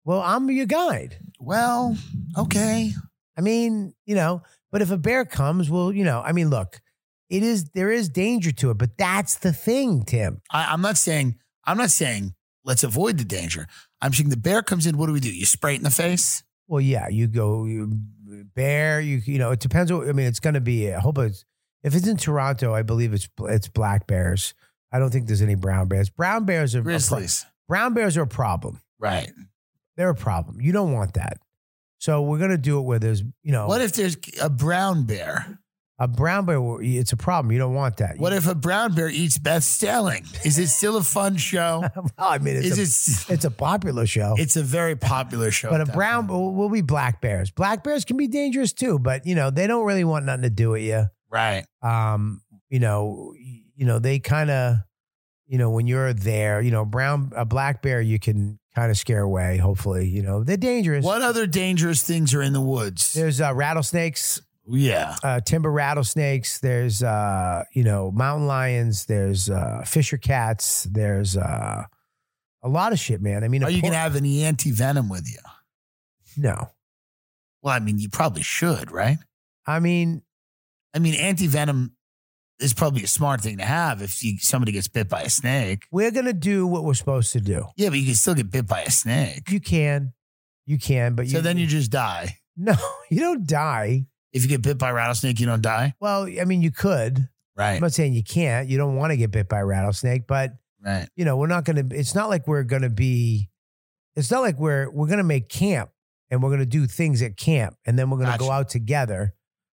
C: Well, I'm your guide.
B: Well, okay.
C: I mean, you know, but if a bear comes, well, you know, I mean, look, it is there is danger to it, but that's the thing, Tim.
B: I, I'm not saying I'm not saying let's avoid the danger. I'm saying the bear comes in. What do we do? You spray it in the face?
C: Well, yeah, you go you, bear. You you know, it depends. What, I mean, it's going to be. I hope it's if it's in Toronto. I believe it's it's black bears. I don't think there's any brown bears. Brown bears are a pro-
B: Grizzlies.
C: brown bears are a problem.
B: Right.
C: They're a problem. You don't want that. So we're going to do it where there's you know
B: What if there's a brown bear?
C: a brown bear. It's a problem. You don't want that.
B: What if a brown bear eats Beth Stelling? Is it still a fun show?
C: well, I mean, it's
B: Is
C: a,
B: it?
C: it's a popular show.
B: It's a very popular show.
C: But
B: at
C: a
B: that
C: brown
B: point.
C: will be black bears. Black bears can be dangerous too, but you know they don't really want nothing to do with you.
B: right?
C: Um, you know, y- you know they kind of, you know, when you're there, you know, brown a black bear you can kind of scare away. Hopefully, you know they're dangerous.
B: What other dangerous things are in the woods?
C: There's uh, rattlesnakes,
B: Yeah,
C: uh, timber rattlesnakes. There's uh, you know mountain lions. There's uh, fisher cats. There's uh, a lot of shit, man. I mean, a
B: are you
C: por-
B: gonna have any anti venom with you?
C: no?
B: Well, I mean, you probably should, right?
C: I mean,
B: I mean, anti venom is probably a smart thing to have if you, somebody gets bit by a snake.
C: we're gonna do what we're supposed to do.
B: Yeah, but you can still get bit by a snake.
C: You can. You can, but
B: so
C: you,
B: then you just die.
C: no, you don't die.
B: If you get bit by a rattlesnake, you don't die.
C: Well, I mean, you could.
B: Right.
C: I'm not saying you can't. You don't want to get bit by a rattlesnake, but
B: right.
C: you know, we're not going to. It's not like we're going to be. It's not like we're we're going to make camp and we're going to do things at camp and then we're going to go
B: Gotcha.
C: out together.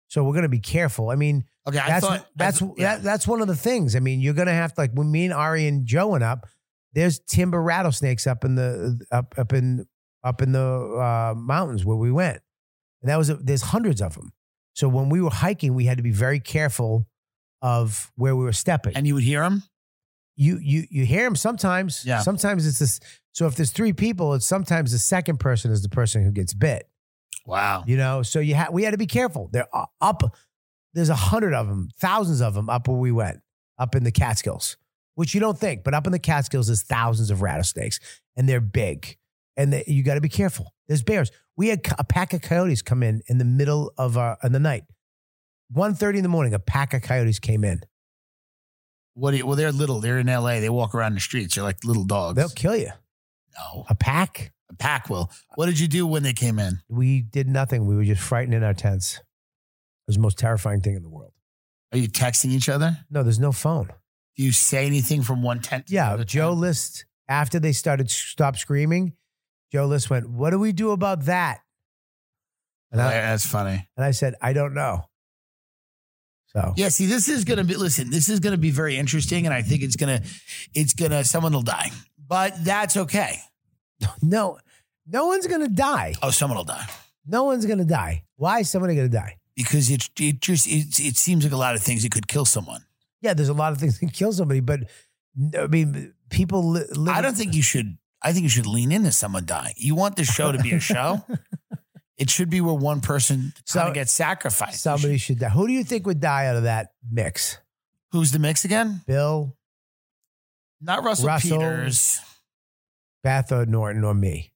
C: So we're going to be careful. I mean,
B: Okay. I
C: that's
B: thought
C: that's
B: I, yeah.
C: that, that's one of the things. I mean, you're going to have to like when me and Ari and Joe went up. There's timber rattlesnakes up in the up up in up in the uh, mountains where we went, And that was a, there's hundreds of them. So when we were hiking, we had to be very careful of where we were stepping.
B: And you would hear him?
C: you you you hear them sometimes.
B: Yeah.
C: Sometimes it's this. So if there's three people, it's sometimes the second person is the person who gets bit.
B: Wow.
C: You know, so you ha- we had to be careful. They're u- up. There's a hundred of them, thousands of them up where we went, up in the Catskills, which you don't think, but up in the Catskills is thousands of rattlesnakes, and they're big, and they, you got to be careful. There's bears. We had co- a pack of coyotes come in in the middle of uh, in the night, 1.30 in the morning. A pack of coyotes came in.
B: What do you, well, they're little. They're in LA. They walk around the streets. They're like little dogs.
C: They'll kill you.
B: No.
C: A pack.
B: A pack will. What did you do when they came in?
C: we did nothing. We were just frightened in our tents. It was the most terrifying thing in the world.
B: Are you texting each other?
C: No, there's no phone.
B: Do you say anything from one tent? To the
C: Yeah,
B: other
C: Joe
B: tent?
C: List. After they started stop screaming, Joe List went, "What do we do about that?" And
B: Yeah,
C: I,
B: That's funny.
C: and I said, "I don't know." So
B: Yeah. See, this is going to be. Listen, this is going to be very interesting, and I think it's gonna, it's gonna. Someone will die, but that's okay.
C: no, no one's gonna die.
B: Oh, someone will die
C: No one's gonna die. Why is somebody gonna die?
B: because it, it just, it, it seems like a lot of things that could kill someone.
C: Yeah, there's a lot of things that kill somebody, but I mean, people. Li- live
B: I don't think you should. I think you should lean into someone dying. You want the show to be a show. it should be where one person
C: So-
B: kind of gets sacrificed.
C: somebody should die. Who do you think would die out of that mix?
B: Who's the mix again?
C: Bill,
B: Not Russell,
C: Russell.
B: Peters.
C: Batho, Norton, or me?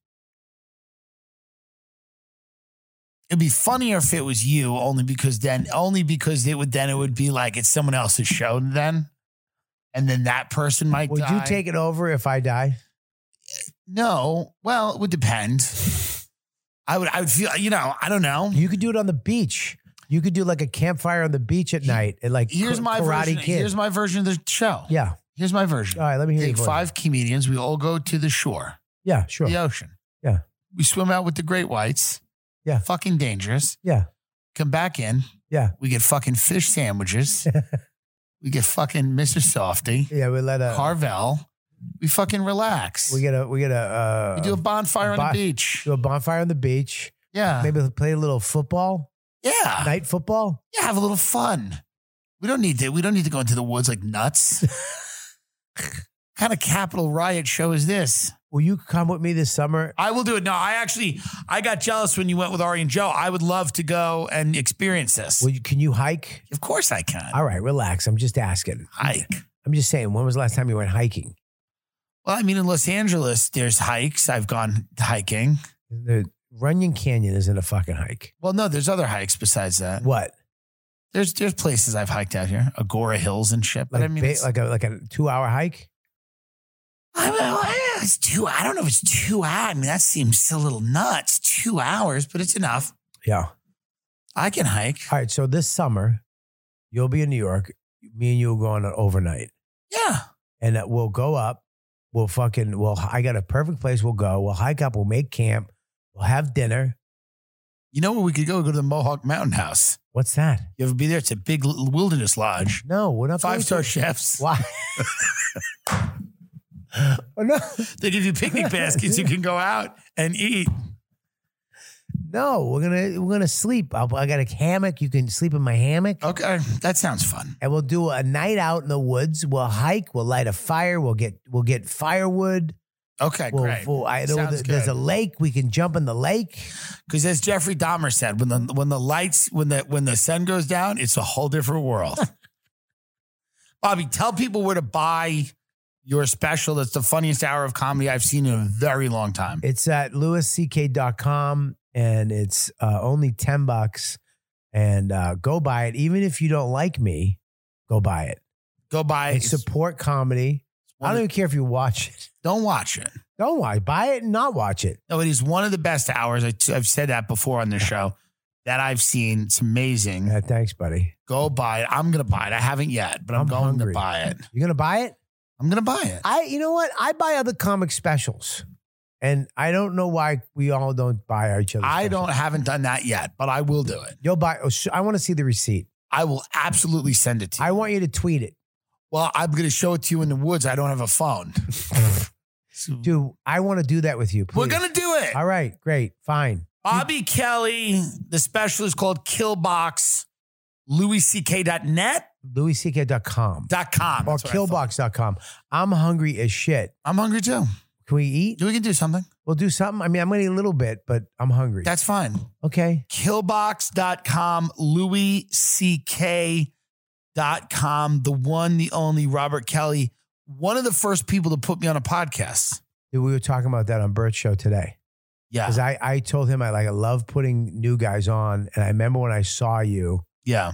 B: It'd be funnier if it was you, only because then, only because it would then it would be like it's someone else's show. Then, and then that person might.
C: Would
B: die.
C: you take it over if I die?
B: No. Well, it would depend. I would. I would feel. You know. I don't know.
C: You could do it on the beach. You could do like a campfire on the beach at night and like
B: Here's
C: Ka-
B: my
C: karate
B: version.
C: kid.
B: Here's my version of the show.
C: yeah.
B: Here's my version.
C: All right. Let me hear
B: Take
C: your voice.
B: five comedians. We all go to the shore,
C: Yeah. Sure.
B: the ocean.
C: Yeah.
B: We swim out with the great whites.
C: Yeah.
B: Fucking dangerous.
C: Yeah.
B: Come back in.
C: Yeah.
B: We get fucking fish sandwiches. we get fucking Mr. Softy,
C: Yeah. We let a
B: Carvel. We fucking relax.
C: we get a we get a uh,
B: We do a bonfire on
C: Bon-
B: the beach.
C: do a bonfire on the beach.
B: Yeah.
C: Maybe play a little football,
B: yeah.
C: night football.
B: Yeah. Have a little fun. We don't need to. We don't need to go into the woods like nuts. kind of capital riot show is this?
C: Will you come with me this summer?
B: I will do it. No, I actually I got jealous when you went with Ari and Joe. I would love to go and experience this.
C: Will you, can you hike?
B: of course I can.
C: All right, relax. I'm just asking.
B: Hike.
C: I'm just saying. When was the last time you went hiking?
B: Well, I mean in Los Angeles there's hikes. I've gone hiking.
C: The Runyon Canyon isn't a fucking hike.
B: Well, no, there's other hikes besides that.
C: What?
B: There's there's places I've hiked out here, Agora Hills and shit. But
C: Like
B: I mean,
C: ba-
B: it's,
C: like a like a two hour hike.
B: I mean, I- it's two. I don't know if it's two hours. I mean, that seems a little nuts. Two hours, but it's enough.
C: Yeah.
B: I can hike.
C: All right. So this summer, you'll be in New York. Me and you will go on an overnight,
B: Yeah,
C: and uh, we'll go up. We'll fucking. Well, I got a perfect place. We'll go. We'll hike up. We'll make camp. We'll have dinner.
B: you know where we could go? Go to the Mohawk Mountain House.
C: What's that?
B: You ever be there? It's a big l- wilderness lodge.
C: No, we're not
B: Five
C: going
B: star
C: to-
B: chefs.
C: Why? oh, no,
B: They give you picnic baskets. You can go out and eat.
C: no. We're gonna we're gonna sleep. I'll, I got a hammock. You can sleep in my hammock.
B: Okay, that sounds fun.
C: And we'll do a night out in the woods. We'll hike. We'll light a fire. We'll get we'll get firewood.
B: Okay,
C: We'll,
B: great.
C: we'll- I, know
B: Sounds
C: that there's a
B: good.
C: lake. We can jump in the lake.
B: Because as Jeffrey Dahmer said, when the when the lights when the when the sun goes down, it's a whole different world. Bobby, tell people where to buy your special. That's the funniest hour of comedy I've seen in a very long time.
C: It's at lewisck.com and it's uh, only 10 bucks. And uh, go buy it. Even if you don't like me, go buy it.
B: Go buy
C: And
B: it.
C: support comedy. I don't even care if you watch it.
B: don't watch it.
C: Don't watch. Buy it and not watch it.
B: No, it is one of the best hours. I, I've said that before on the show that I've seen. It's amazing.
C: Uh, thanks, buddy.
B: Go buy it. I'm gonna buy it. I haven't yet, but I'm,
C: I'm
B: going
C: hungry.
B: to buy it.
C: You're gonna buy it?
B: I'm gonna buy it.
C: I. You know what? I buy other comic specials, and I don't know why we all don't buy each other.
B: I don't haven't done that yet, but I will do it.
C: You'll buy. oh, sh- I want to see the receipt.
B: I will absolutely send it to you.
C: I want you to tweet it,
B: Well, I'm going to show it to you in the woods. I don't have a phone.
C: dude. I want to do that with you. Please.
B: We're going to do it.
C: All right. Great. Fine.
B: Bobby Kelly, the special is called Killbox, louisck.net.com.
C: LouisCK.com or
B: That's what I thought.
C: killbox.com. I'm hungry as shit.
B: I'm hungry too.
C: Can we eat?
B: We can do something.
C: We'll do something. I mean, I'm going to eat a little bit, but I'm hungry.
B: That's fine.
C: okay.
B: Killbox.com, louisck.com, the one, the only Robert Kelly, one of the first people to put me on a podcast.
C: Dude, we were talking about that on Bert's show today.
B: Yeah.
C: Because I, I told him I like I love putting new guys on. And I remember when I saw you,
B: Yeah.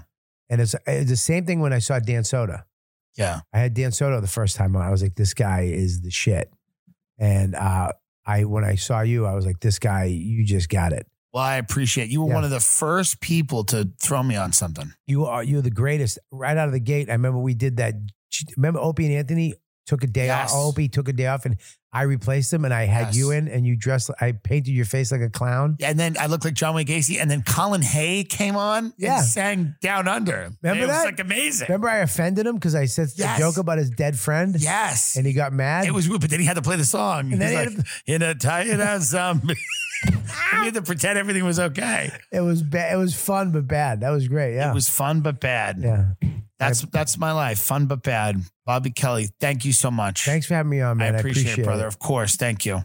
C: and it's, it's the same thing when I saw Dan Soda.
B: Yeah.
C: I had Dan Soto the first time on. I was like, this guy is the shit. And uh, I when I saw you, I was like, this guy, you just got it.
B: Well, I appreciate you were
C: Yeah.
B: one of the first people to throw me on something.
C: You are you're the greatest. Right out of the gate, I remember we did that. Remember Opie and Anthony took a day
B: Yes.
C: off. Opie took a day off, and I replaced him. And I had
B: Yes.
C: you in, and you dressed. I painted your face like a clown.
B: And then I looked like John Wayne Gacy. And then Colin Hay came on
C: Yeah.
B: and sang Down Under.
C: Remember
B: it was
C: that?
B: like amazing.
C: Remember, I offended him because I said
B: Yes.
C: a joke about his dead friend,
B: Yes.
C: and he got mad.
B: it was weird, but then he had to play the song.
C: And
B: He's
C: then he had
B: like, in a tired house, zombie. he had to pretend everything was okay.
C: it was bad. It was fun, but bad. That was great. Yeah,
B: It was fun but bad.
C: yeah.
B: That's that's my life. Fun but bad. Bobby Kelly, thank you so much.
C: Thanks for having me on, man.
B: I appreciate, it,
C: it.
B: brother. Of course. Thank you.